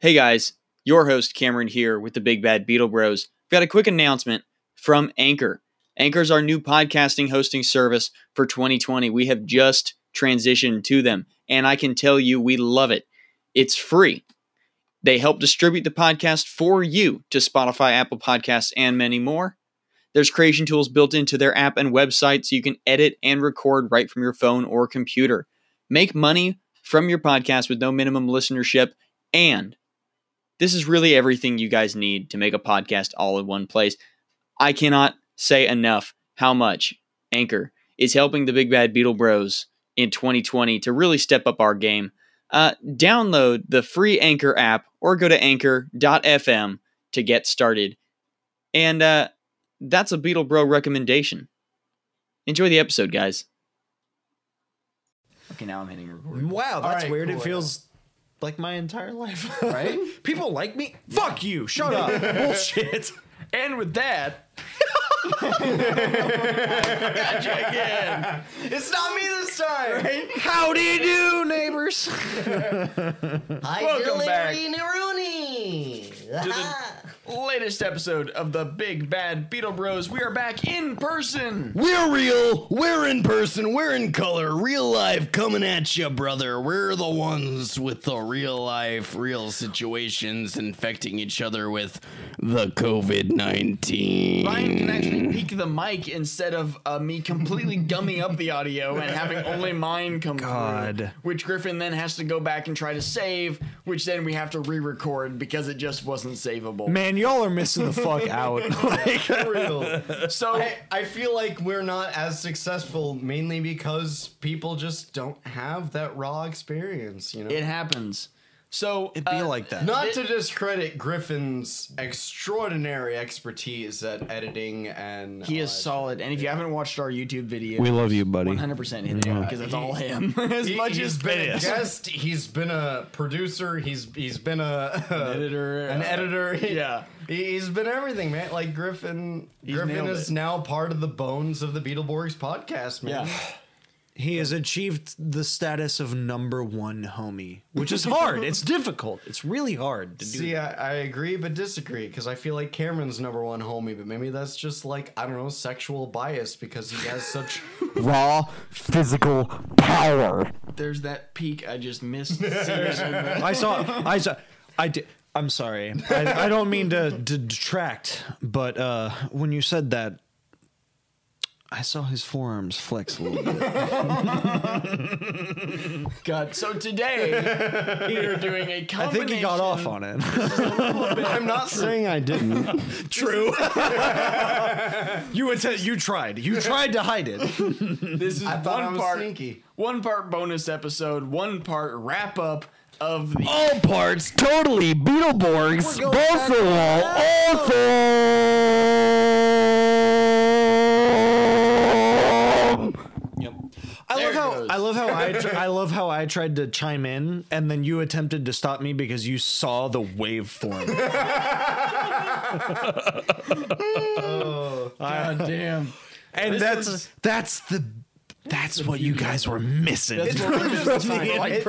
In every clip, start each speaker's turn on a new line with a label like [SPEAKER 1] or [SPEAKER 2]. [SPEAKER 1] Hey guys, your host Cameron here with the Big Bad Beetle Bros. We've got a quick announcement from Anchor. Anchor is our new podcasting hosting service for 2020. We have just transitioned to them, and I can tell you we love it. It's free. They help distribute the podcast for you to Spotify, Apple Podcasts, and many more. There's creation tools built into their app and website so you can edit and record right from your phone or computer. Make money from your podcast with no minimum listenership and this is really everything you guys need to make a podcast all in one place. I cannot say enough how much Anchor is helping the Big Bad Beetle Bros in 2020 to really step up our game. Uh, download the free Anchor app or go to anchor.fm to get started. And uh, that's a Beetle Bro recommendation. Enjoy the episode, guys. Okay, now I'm hitting record.
[SPEAKER 2] Wow,
[SPEAKER 3] All
[SPEAKER 2] that's
[SPEAKER 3] right,
[SPEAKER 2] weird.
[SPEAKER 3] cool,
[SPEAKER 2] it feels like my entire life.
[SPEAKER 3] Right?
[SPEAKER 2] People like me? Fuck you. Shut up. Bullshit.
[SPEAKER 3] And with that,
[SPEAKER 2] It's not me this time.
[SPEAKER 3] how do you do, neighbors?
[SPEAKER 4] Hi,
[SPEAKER 3] Welcome
[SPEAKER 4] Dilly
[SPEAKER 3] back.
[SPEAKER 4] Rooney Rooney.
[SPEAKER 3] Latest episode of the Big Bad Beetle Bros. We are back in person.
[SPEAKER 5] We're real. We're in person. We're in color. Real life coming at you, brother. We're the ones with the real life, real situations infecting each other with the COVID 19.
[SPEAKER 3] Ryan can actually
[SPEAKER 5] Mm.
[SPEAKER 3] peek the mic instead of uh, me completely gumming up the audio and having only mine come through,
[SPEAKER 2] God.
[SPEAKER 3] which Griffin then has to go back and try to save, which then we have to re-record because it just wasn't savable.
[SPEAKER 2] Man, y'all are missing the fuck out.
[SPEAKER 3] So
[SPEAKER 4] I, I feel like we're not as successful mainly because people just don't have that raw experience, you know?
[SPEAKER 3] it happens. So
[SPEAKER 2] It'd be
[SPEAKER 3] uh,
[SPEAKER 2] like that.
[SPEAKER 4] not to discredit Griffin's extraordinary expertise at editing and
[SPEAKER 3] He is solid, and if you haven't watched our YouTube video,
[SPEAKER 5] We love you, buddy.
[SPEAKER 3] 100% hit him because it's all him. as
[SPEAKER 4] He-
[SPEAKER 3] much as
[SPEAKER 4] he's been a
[SPEAKER 3] this.
[SPEAKER 4] guest, he's been a producer, he's he's been a
[SPEAKER 3] editor,
[SPEAKER 4] an
[SPEAKER 3] uh,
[SPEAKER 4] editor.
[SPEAKER 3] yeah.
[SPEAKER 4] He- he's been everything, man. Like Griffin, Griffin
[SPEAKER 3] nailed
[SPEAKER 4] is
[SPEAKER 3] it.
[SPEAKER 4] now part of the bones of the Beetleborgs podcast, man.
[SPEAKER 3] Yeah.
[SPEAKER 2] He has achieved the status of number one homie, which is hard. it's difficult. It's really hard to do.
[SPEAKER 4] See, I, I agree but disagree because I feel like Cameron's number one homie, but maybe that's just like I don't know sexual bias because he has such.
[SPEAKER 5] Raw physical power.
[SPEAKER 3] There's that peak I just missed. seriously.
[SPEAKER 2] I saw. I saw. I did. I'm sorry. I, I don't mean to, to detract, but uh, when you said that, I saw his forearms flex a little bit.
[SPEAKER 3] God. So today we are doing a combination.
[SPEAKER 2] I think he got off on it.
[SPEAKER 4] I'm not saying I didn't.
[SPEAKER 2] True. you attempt, you tried. You tried to hide it.
[SPEAKER 3] This is
[SPEAKER 4] I thought I
[SPEAKER 3] one
[SPEAKER 4] was
[SPEAKER 3] part,
[SPEAKER 4] sneaky.
[SPEAKER 3] one part bonus episode, one part wrap up of the.
[SPEAKER 5] All parts totally Beetleborgs.
[SPEAKER 2] We're going back to
[SPEAKER 5] Buffalo. Awesome.
[SPEAKER 2] I
[SPEAKER 3] There
[SPEAKER 2] love
[SPEAKER 3] it
[SPEAKER 2] how
[SPEAKER 3] goes.
[SPEAKER 2] I love how I tr- I love how I tried to chime in and then you attempted to stop me because you saw the waveform.
[SPEAKER 3] God damn.
[SPEAKER 2] Oh, And
[SPEAKER 3] This
[SPEAKER 2] that's
[SPEAKER 3] was-
[SPEAKER 2] that's the that's what you guys were missing.
[SPEAKER 3] That's what we just signed for like
[SPEAKER 4] It-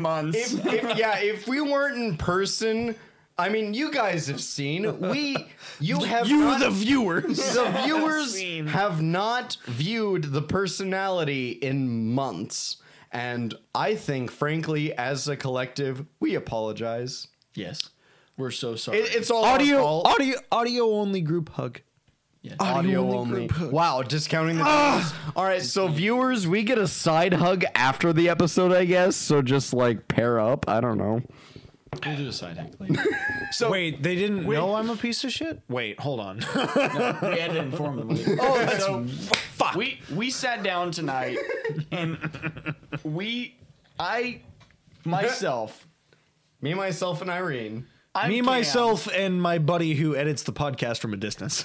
[SPEAKER 3] months.
[SPEAKER 4] if, if, yeah, if we weren't in person, I mean, you guys have seen. We, you have
[SPEAKER 5] You,
[SPEAKER 4] not-
[SPEAKER 5] the viewers.
[SPEAKER 4] the viewers have not viewed the personality in months. And I think, frankly, as a collective, we apologize.
[SPEAKER 3] yes. We're so sorry.
[SPEAKER 4] It, it's all our
[SPEAKER 2] audio
[SPEAKER 4] fault.
[SPEAKER 2] audio audio only group hug.
[SPEAKER 4] Audio only. Wow, discounting the. All right, so viewers, we get a side hug after the episode, I guess. So just like pair up. I don't know.
[SPEAKER 3] we'll do a side hack later. so
[SPEAKER 2] Wait, they didn't know I'm a piece of shit? Wait, hold on.
[SPEAKER 3] we had to inform them. oh, that's so, fuck. We we sat down tonight and we I myself
[SPEAKER 4] Me, myself, and Irene.
[SPEAKER 3] I
[SPEAKER 2] me
[SPEAKER 3] Cam,
[SPEAKER 2] myself and my buddy who edits the podcast from a distance.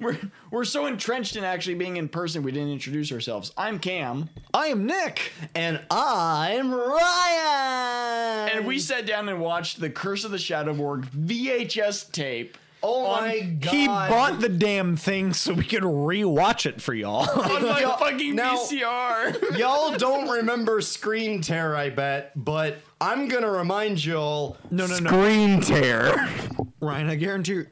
[SPEAKER 3] we're we're so entrenched in actually being in person we didn't introduce ourselves. I'm Cam
[SPEAKER 2] I am Nick.
[SPEAKER 4] And I'm Ryan.
[SPEAKER 3] and we sat down and watched The Curse of the Shadow Borg VHS tape
[SPEAKER 4] Oh my god.
[SPEAKER 2] He bought the damn thing so we could rewatch it for y'all.
[SPEAKER 5] on my
[SPEAKER 4] Y'all-
[SPEAKER 5] fucking
[SPEAKER 4] now-
[SPEAKER 5] VCR.
[SPEAKER 4] Y'all don't remember Screen Tear, I bet, but I'm gonna remind y'all.
[SPEAKER 2] no, no, no.
[SPEAKER 4] Screen Tear.
[SPEAKER 2] Ryan, I guarantee you,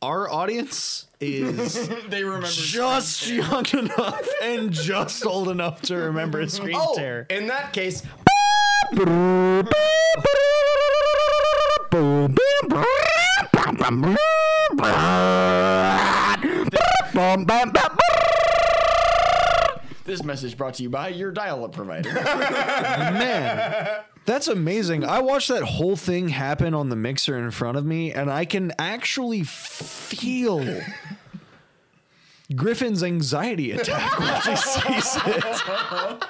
[SPEAKER 2] our audience is
[SPEAKER 3] They remember.
[SPEAKER 2] just young enough and just old enough to remember Screen
[SPEAKER 4] Oh,
[SPEAKER 2] Tear.
[SPEAKER 4] in that case,
[SPEAKER 3] This message brought to you by your dial-up provider.
[SPEAKER 4] Oh
[SPEAKER 2] Man, that's amazing. I watched that whole thing happen on the mixer in front of me, and I can actually feel Griffin's anxiety attack once he sees it.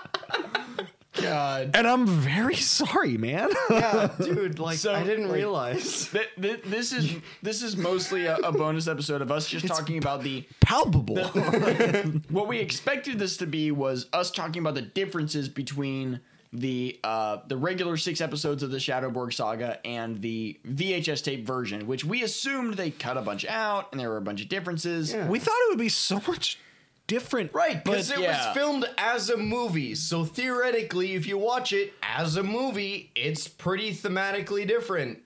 [SPEAKER 4] God,
[SPEAKER 2] And I'm very sorry, man.
[SPEAKER 4] yeah, dude, like
[SPEAKER 3] So,
[SPEAKER 4] I didn't
[SPEAKER 3] like-
[SPEAKER 4] realize.
[SPEAKER 3] Th- th- this is this is mostly a, a bonus episode of us just talking about the
[SPEAKER 2] Palpable.
[SPEAKER 3] what we expected this to be was us talking about the differences between the uh, the regular six episodes of the Shadowborg saga and the VHS tape version, which we assumed they cut a bunch out and there were a bunch of differences.
[SPEAKER 2] we thought it would be so much different.
[SPEAKER 4] Right, because
[SPEAKER 3] But,
[SPEAKER 4] it
[SPEAKER 3] yeah.
[SPEAKER 4] was filmed as a movie, so theoretically, if you watch it as a movie, it's pretty thematically different.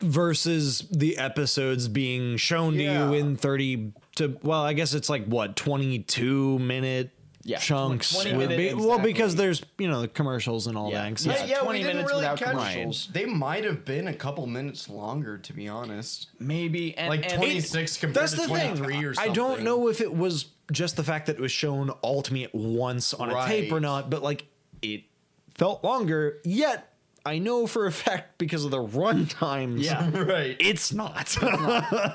[SPEAKER 2] Versus the episodes being shown to
[SPEAKER 4] Yeah.
[SPEAKER 2] you in 30 to, well, I guess it's like what, 22 minute
[SPEAKER 3] Yeah,
[SPEAKER 2] chunks?
[SPEAKER 3] 20
[SPEAKER 2] would
[SPEAKER 3] minute
[SPEAKER 2] be- well,
[SPEAKER 3] exactly.
[SPEAKER 2] because there's, you know, the commercials and all
[SPEAKER 3] Yeah.
[SPEAKER 2] that. and
[SPEAKER 3] Yeah,
[SPEAKER 2] stuff.
[SPEAKER 4] yeah,
[SPEAKER 3] 20
[SPEAKER 4] we didn't
[SPEAKER 3] minutes
[SPEAKER 4] really
[SPEAKER 3] without
[SPEAKER 4] catch
[SPEAKER 3] commercials.
[SPEAKER 4] They might have been a couple minutes longer, to be honest.
[SPEAKER 3] Maybe and,
[SPEAKER 4] Like
[SPEAKER 3] and-
[SPEAKER 4] 26 compared
[SPEAKER 2] That's
[SPEAKER 4] to
[SPEAKER 2] the
[SPEAKER 4] 23
[SPEAKER 2] thing.
[SPEAKER 4] or
[SPEAKER 2] I
[SPEAKER 4] something.
[SPEAKER 2] don't know if it was just the fact that it was shown all to me at once on a tape or
[SPEAKER 4] Right.
[SPEAKER 2] not, but like it felt longer. Yet I know for a fact because of the run times.
[SPEAKER 3] Yeah.
[SPEAKER 4] Right.
[SPEAKER 2] It's not.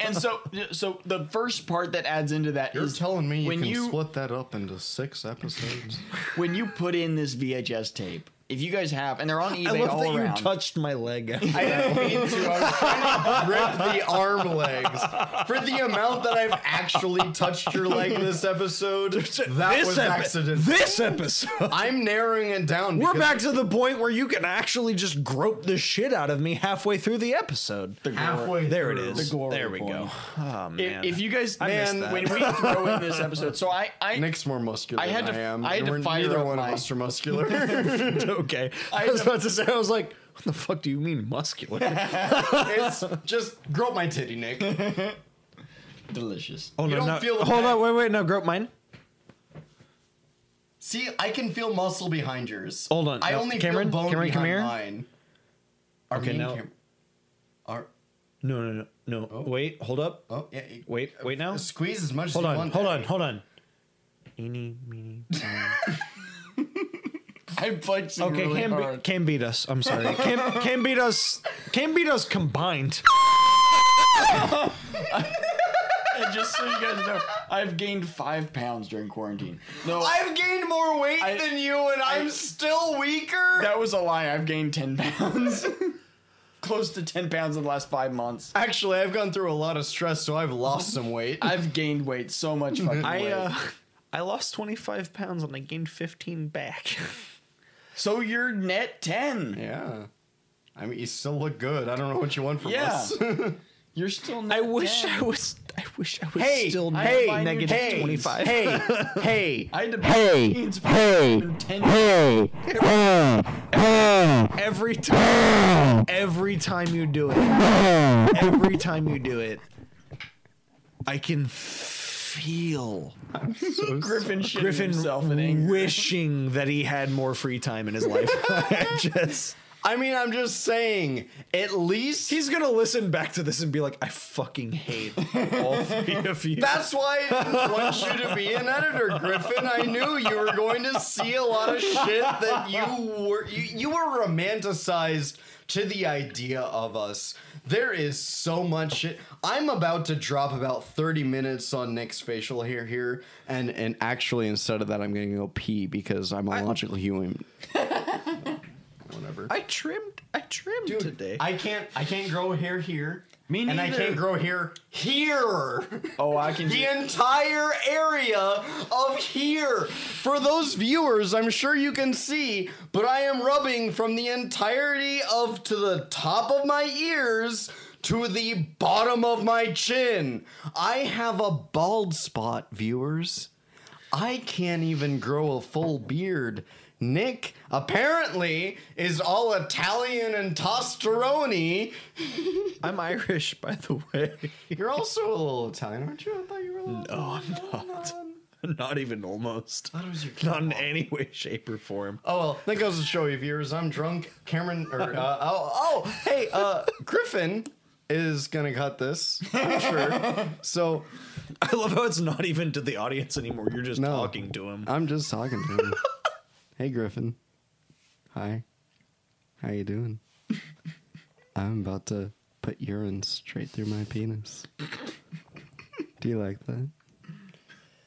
[SPEAKER 3] and so so the first part that adds into that
[SPEAKER 4] You're
[SPEAKER 3] is
[SPEAKER 4] telling me you
[SPEAKER 3] when
[SPEAKER 4] can
[SPEAKER 3] you-
[SPEAKER 4] split that up into six episodes?
[SPEAKER 3] when you put in this VHS tape. If you guys have, and they're on
[SPEAKER 2] I
[SPEAKER 3] eBay
[SPEAKER 2] love
[SPEAKER 3] all
[SPEAKER 2] that
[SPEAKER 3] around.
[SPEAKER 2] you touched my leg.
[SPEAKER 4] I didn't mean to. I was trying to rip the arm legs. For the amount that I've actually touched your leg this episode, that was
[SPEAKER 2] epi-
[SPEAKER 4] accident.
[SPEAKER 2] This episode.
[SPEAKER 4] I'm narrowing it down.
[SPEAKER 2] We're
[SPEAKER 4] because
[SPEAKER 2] back to the point where you can actually just grope the shit out of me halfway through the episode.
[SPEAKER 4] halfway.
[SPEAKER 2] there it
[SPEAKER 4] through.
[SPEAKER 2] is.
[SPEAKER 3] The glory
[SPEAKER 2] there we
[SPEAKER 3] point.
[SPEAKER 2] go. Oh,
[SPEAKER 3] If-
[SPEAKER 2] man.
[SPEAKER 3] If you
[SPEAKER 2] missed
[SPEAKER 3] guys, man,
[SPEAKER 2] that.
[SPEAKER 3] when we throw in this episode, so I, I
[SPEAKER 4] Nick's more muscular
[SPEAKER 3] I had
[SPEAKER 4] than
[SPEAKER 3] to-
[SPEAKER 4] I am.
[SPEAKER 3] I had
[SPEAKER 4] and
[SPEAKER 3] to
[SPEAKER 4] we're-
[SPEAKER 3] fire
[SPEAKER 4] neither
[SPEAKER 3] up
[SPEAKER 4] one
[SPEAKER 3] my-
[SPEAKER 4] of us are muscular.
[SPEAKER 2] okay. I, was about to say, I was like, what the fuck do you mean muscular?
[SPEAKER 4] it's just grope my titty, Nick. You
[SPEAKER 3] delicious.
[SPEAKER 2] Oh,
[SPEAKER 4] don't feel the
[SPEAKER 2] Hold
[SPEAKER 4] pain.
[SPEAKER 2] on, wait, wait, no, grope mine.
[SPEAKER 4] See, I can feel muscle behind yours.
[SPEAKER 2] Hold on,
[SPEAKER 4] I
[SPEAKER 2] no,
[SPEAKER 4] only
[SPEAKER 2] Cameron,
[SPEAKER 4] feel bone
[SPEAKER 2] Cameron, come
[SPEAKER 4] behind
[SPEAKER 2] here.
[SPEAKER 4] mine. Our
[SPEAKER 2] Okay,
[SPEAKER 4] main
[SPEAKER 2] now-
[SPEAKER 4] cam- our-
[SPEAKER 2] No, no, no, no. Wait, hold up.
[SPEAKER 4] oh, yeah, you-
[SPEAKER 2] Wait, wait now.
[SPEAKER 4] Squeeze as much
[SPEAKER 2] Hold
[SPEAKER 4] as you
[SPEAKER 2] on,
[SPEAKER 4] want.
[SPEAKER 2] hold on, hold on. Eeny, meeny.
[SPEAKER 3] I punched him
[SPEAKER 2] Okay,
[SPEAKER 3] really
[SPEAKER 2] Cam, be-
[SPEAKER 3] hard.
[SPEAKER 2] Cam beat us. I'm sorry. Cam, Cam beat us. Cam beat us combined.
[SPEAKER 3] And just so you guys know, I've gained five pounds during quarantine. No,
[SPEAKER 4] I've gained more weight
[SPEAKER 3] I-
[SPEAKER 4] than you, and I, am still weaker.
[SPEAKER 3] that was a lie. I've gained ten pounds, close to ten pounds in the last five months.
[SPEAKER 4] Actually, I've gone through a lot of stress, so I've lost some weight.
[SPEAKER 3] I've gained weight so much fucking
[SPEAKER 2] I
[SPEAKER 3] weight.
[SPEAKER 2] uh, I lost 25 pounds and I gained 15 back.
[SPEAKER 3] so you're net ten.
[SPEAKER 4] yeah. I mean, you still look good. I don't know what you want from
[SPEAKER 3] Yeah.
[SPEAKER 4] us.
[SPEAKER 3] You're still net
[SPEAKER 2] I wish I
[SPEAKER 3] ten.
[SPEAKER 2] was. I wish I was
[SPEAKER 3] Hey,
[SPEAKER 2] still
[SPEAKER 3] I
[SPEAKER 2] negative
[SPEAKER 3] combined your
[SPEAKER 2] negative
[SPEAKER 3] jeans.
[SPEAKER 2] 25.
[SPEAKER 4] hey, hey.
[SPEAKER 3] I had to buy hey, jeans for hey, ten
[SPEAKER 2] Every time, every time you do it, every time you do it, I can feel
[SPEAKER 3] Griffin shitting
[SPEAKER 2] Griffin
[SPEAKER 3] himself in anger.
[SPEAKER 2] wishing that he had more free time in his life. I just,
[SPEAKER 4] I mean, I'm just saying, at least
[SPEAKER 2] he's gonna listen back to this and be like, "I fucking hate all three of you."
[SPEAKER 4] That's why I didn't want you to be an editor, Griffin. I knew you were going to see a lot of shit that you were you, you were romanticized to the idea of us. There is so much shit. I'm about to drop about 30 minutes on Nick's facial hair here. And and actually instead of that I'm gonna go pee because I'm a logical human. Whatever.
[SPEAKER 2] I trimmed. I trimmed today.
[SPEAKER 4] I can't I can't grow hair here.
[SPEAKER 3] Me
[SPEAKER 4] And I
[SPEAKER 3] neither.
[SPEAKER 4] can't grow hair here.
[SPEAKER 3] Oh, I can.
[SPEAKER 4] the entire area of here. For those viewers, I'm sure you can see, but I am rubbing from the entirety of to the top of my ears to the bottom of my chin. I have a bald spot, viewers. I can't even grow a full beard. Nick apparently is all Italian and tostaroni.
[SPEAKER 2] I'm Irish, by the way.
[SPEAKER 4] You're also a little Italian, aren't you? I thought you were a little.
[SPEAKER 2] No, Oh, I'm not. Not even almost.
[SPEAKER 4] That was your
[SPEAKER 2] Not in any way, shape, or form.
[SPEAKER 4] Oh well, that goes to show you, viewers. I'm drunk. Cameron, or uh, oh, oh, hey, uh, Griffin is gonna cut this. I'm sure. So
[SPEAKER 2] I love how it's not even to the audience anymore. You're just
[SPEAKER 4] No.
[SPEAKER 2] talking to
[SPEAKER 3] Uh,
[SPEAKER 2] him.
[SPEAKER 4] I'm just talking to him. hey, Griffin. Hi. How you doing? I'm about to put urine straight through my penis. Do you like that?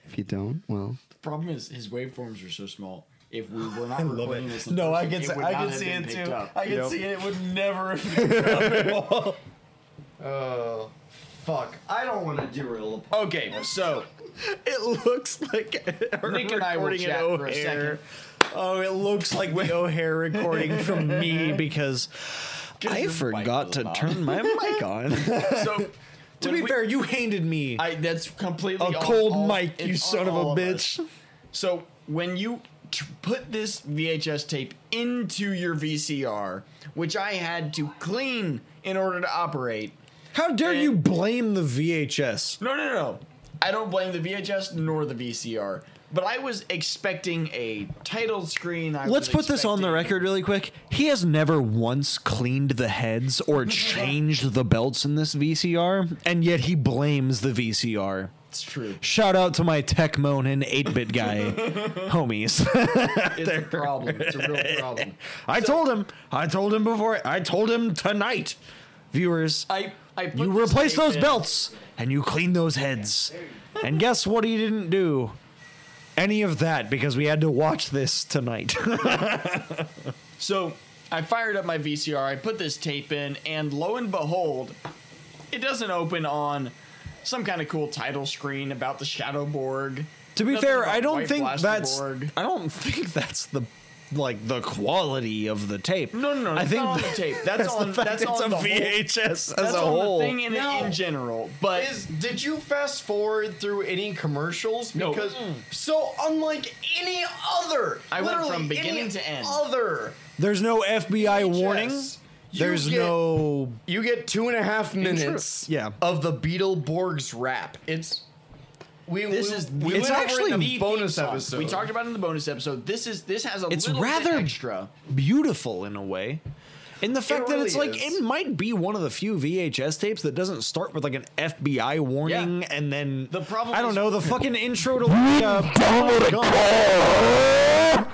[SPEAKER 4] If you don't, well,
[SPEAKER 3] problem is his waveforms are so small. If we were not recording this, in
[SPEAKER 2] No, I
[SPEAKER 3] person,
[SPEAKER 2] can see,
[SPEAKER 3] would
[SPEAKER 2] I
[SPEAKER 3] not
[SPEAKER 2] can
[SPEAKER 3] have
[SPEAKER 2] see
[SPEAKER 3] been
[SPEAKER 2] it
[SPEAKER 3] picked
[SPEAKER 2] too.
[SPEAKER 3] up.
[SPEAKER 2] I can
[SPEAKER 4] Yep.
[SPEAKER 2] see it. It would never have picked up at all.
[SPEAKER 4] oh fuck, I don't want to derail.
[SPEAKER 3] Okay, so
[SPEAKER 2] It looks like we're
[SPEAKER 3] Nick and I will
[SPEAKER 2] recording at
[SPEAKER 3] chat for a
[SPEAKER 2] O'Hare. Oh, it looks like the O'Hare recording from me because I
[SPEAKER 3] your
[SPEAKER 2] forgot
[SPEAKER 3] mic
[SPEAKER 2] to
[SPEAKER 3] loud.
[SPEAKER 2] turn my mic on.
[SPEAKER 3] so
[SPEAKER 2] to
[SPEAKER 3] when
[SPEAKER 2] be
[SPEAKER 3] we-
[SPEAKER 2] fair, you handed me a
[SPEAKER 3] I that's completely all-
[SPEAKER 2] cold
[SPEAKER 3] all-
[SPEAKER 2] mic, you
[SPEAKER 3] it's
[SPEAKER 2] son
[SPEAKER 3] on
[SPEAKER 2] of a
[SPEAKER 3] all us.
[SPEAKER 2] bitch.
[SPEAKER 3] So when you t- put this VHS tape into your VCR, which I had to clean in order to operate.
[SPEAKER 2] How dare you blame the VHS?
[SPEAKER 3] No, no, no. I don't blame the VHS nor the VCR, but I was expecting a title screen. I
[SPEAKER 2] Let's put
[SPEAKER 3] was
[SPEAKER 2] this on the
[SPEAKER 3] expecting-
[SPEAKER 2] record really quick. He has never once cleaned the heads or changed the belts in this VCR, and yet he blames the VCR.
[SPEAKER 3] It's true.
[SPEAKER 2] Shout out to my Tech Moan and 8 bit guy homies.
[SPEAKER 3] It's a problem. It's a real problem.
[SPEAKER 2] I told him. I told him before. I told him tonight. Viewers,
[SPEAKER 3] I, I put
[SPEAKER 2] you
[SPEAKER 3] this
[SPEAKER 2] replace
[SPEAKER 3] tape
[SPEAKER 2] those
[SPEAKER 3] in.
[SPEAKER 2] belts and you clean those heads. And guess what he didn't do? Any of that because we had to watch this tonight.
[SPEAKER 3] So I fired up my VCR, I put this tape in, and lo and behold, it doesn't open on some kind of cool title screen about the Shadowborg.
[SPEAKER 2] to be
[SPEAKER 3] Nothing
[SPEAKER 2] fair,
[SPEAKER 3] about
[SPEAKER 2] I don't
[SPEAKER 3] White
[SPEAKER 2] think
[SPEAKER 3] Blaster
[SPEAKER 2] that's
[SPEAKER 3] Borg.
[SPEAKER 2] I don't think that's the like the quality of the tape.
[SPEAKER 3] No, no, no.
[SPEAKER 2] I
[SPEAKER 3] it's
[SPEAKER 2] think
[SPEAKER 3] not on the
[SPEAKER 2] that-
[SPEAKER 3] tape. That's,
[SPEAKER 2] the
[SPEAKER 3] on.
[SPEAKER 2] fact
[SPEAKER 3] that's
[SPEAKER 2] it's
[SPEAKER 3] on
[SPEAKER 2] a
[SPEAKER 3] the Whole,
[SPEAKER 2] VHS as
[SPEAKER 3] that's
[SPEAKER 2] a
[SPEAKER 3] on
[SPEAKER 2] whole.
[SPEAKER 3] the thing in,
[SPEAKER 4] No.
[SPEAKER 3] in general. But
[SPEAKER 4] Is did you fast forward through any commercials?
[SPEAKER 3] No. Mm.
[SPEAKER 4] Because so unlike any other,
[SPEAKER 3] I went
[SPEAKER 4] literally
[SPEAKER 3] from beginning
[SPEAKER 4] any
[SPEAKER 3] to end.
[SPEAKER 4] Other,
[SPEAKER 2] There's no FBI warning.
[SPEAKER 4] Yes. You
[SPEAKER 2] There's
[SPEAKER 4] get-
[SPEAKER 2] no
[SPEAKER 4] You get two and a half minutes,
[SPEAKER 2] Yeah.
[SPEAKER 4] of the Beetleborgs rap. It's we.
[SPEAKER 3] this
[SPEAKER 4] we-
[SPEAKER 3] is
[SPEAKER 4] we
[SPEAKER 2] It's
[SPEAKER 4] went over
[SPEAKER 2] actually
[SPEAKER 4] it in
[SPEAKER 2] the
[SPEAKER 4] the bonus
[SPEAKER 3] theme song.
[SPEAKER 4] episode.
[SPEAKER 3] We talked about it in the bonus episode. This is this has a
[SPEAKER 2] It's
[SPEAKER 3] little
[SPEAKER 2] rather-
[SPEAKER 3] bit extra.
[SPEAKER 2] beautiful in a way. In the fact that it's
[SPEAKER 4] really
[SPEAKER 2] like
[SPEAKER 4] is.
[SPEAKER 2] it might be one of the few VHS tapes that doesn't start with like an FBI warning
[SPEAKER 3] Yeah.
[SPEAKER 2] and then
[SPEAKER 3] The problem
[SPEAKER 2] I don't
[SPEAKER 3] is-
[SPEAKER 2] know the fucking intro to like uh, Forrest Gump.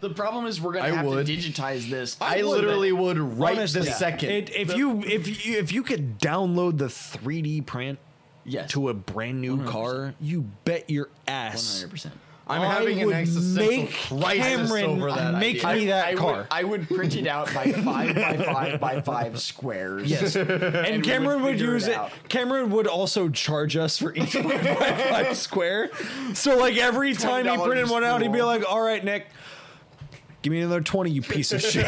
[SPEAKER 3] The problem is we're gonna
[SPEAKER 4] I
[SPEAKER 3] have
[SPEAKER 4] would.
[SPEAKER 3] to digitize this.
[SPEAKER 4] I
[SPEAKER 3] so that-
[SPEAKER 4] literally would right
[SPEAKER 2] Honestly,
[SPEAKER 4] the second.
[SPEAKER 2] It, if you if you if you could download the 3D print
[SPEAKER 3] yes,
[SPEAKER 2] to a brand new car, you bet your ass.
[SPEAKER 3] 100%.
[SPEAKER 4] I'm
[SPEAKER 2] I
[SPEAKER 4] having an
[SPEAKER 2] would
[SPEAKER 4] existential
[SPEAKER 2] make
[SPEAKER 4] crisis
[SPEAKER 2] Cameron
[SPEAKER 4] over that
[SPEAKER 2] make
[SPEAKER 4] idea.
[SPEAKER 2] me that
[SPEAKER 3] I
[SPEAKER 2] car.
[SPEAKER 3] Would, I would print it out by five by five by five squares.
[SPEAKER 2] Yes. And
[SPEAKER 3] would
[SPEAKER 2] Cameron would,
[SPEAKER 3] figure it
[SPEAKER 2] use it.
[SPEAKER 3] out.
[SPEAKER 2] Cameron would also charge us for each one by five square. So like every time he
[SPEAKER 3] $20
[SPEAKER 2] printed one out, he'd be
[SPEAKER 3] school.
[SPEAKER 2] like, "All right, Nick, give me another twenty, you piece of shit.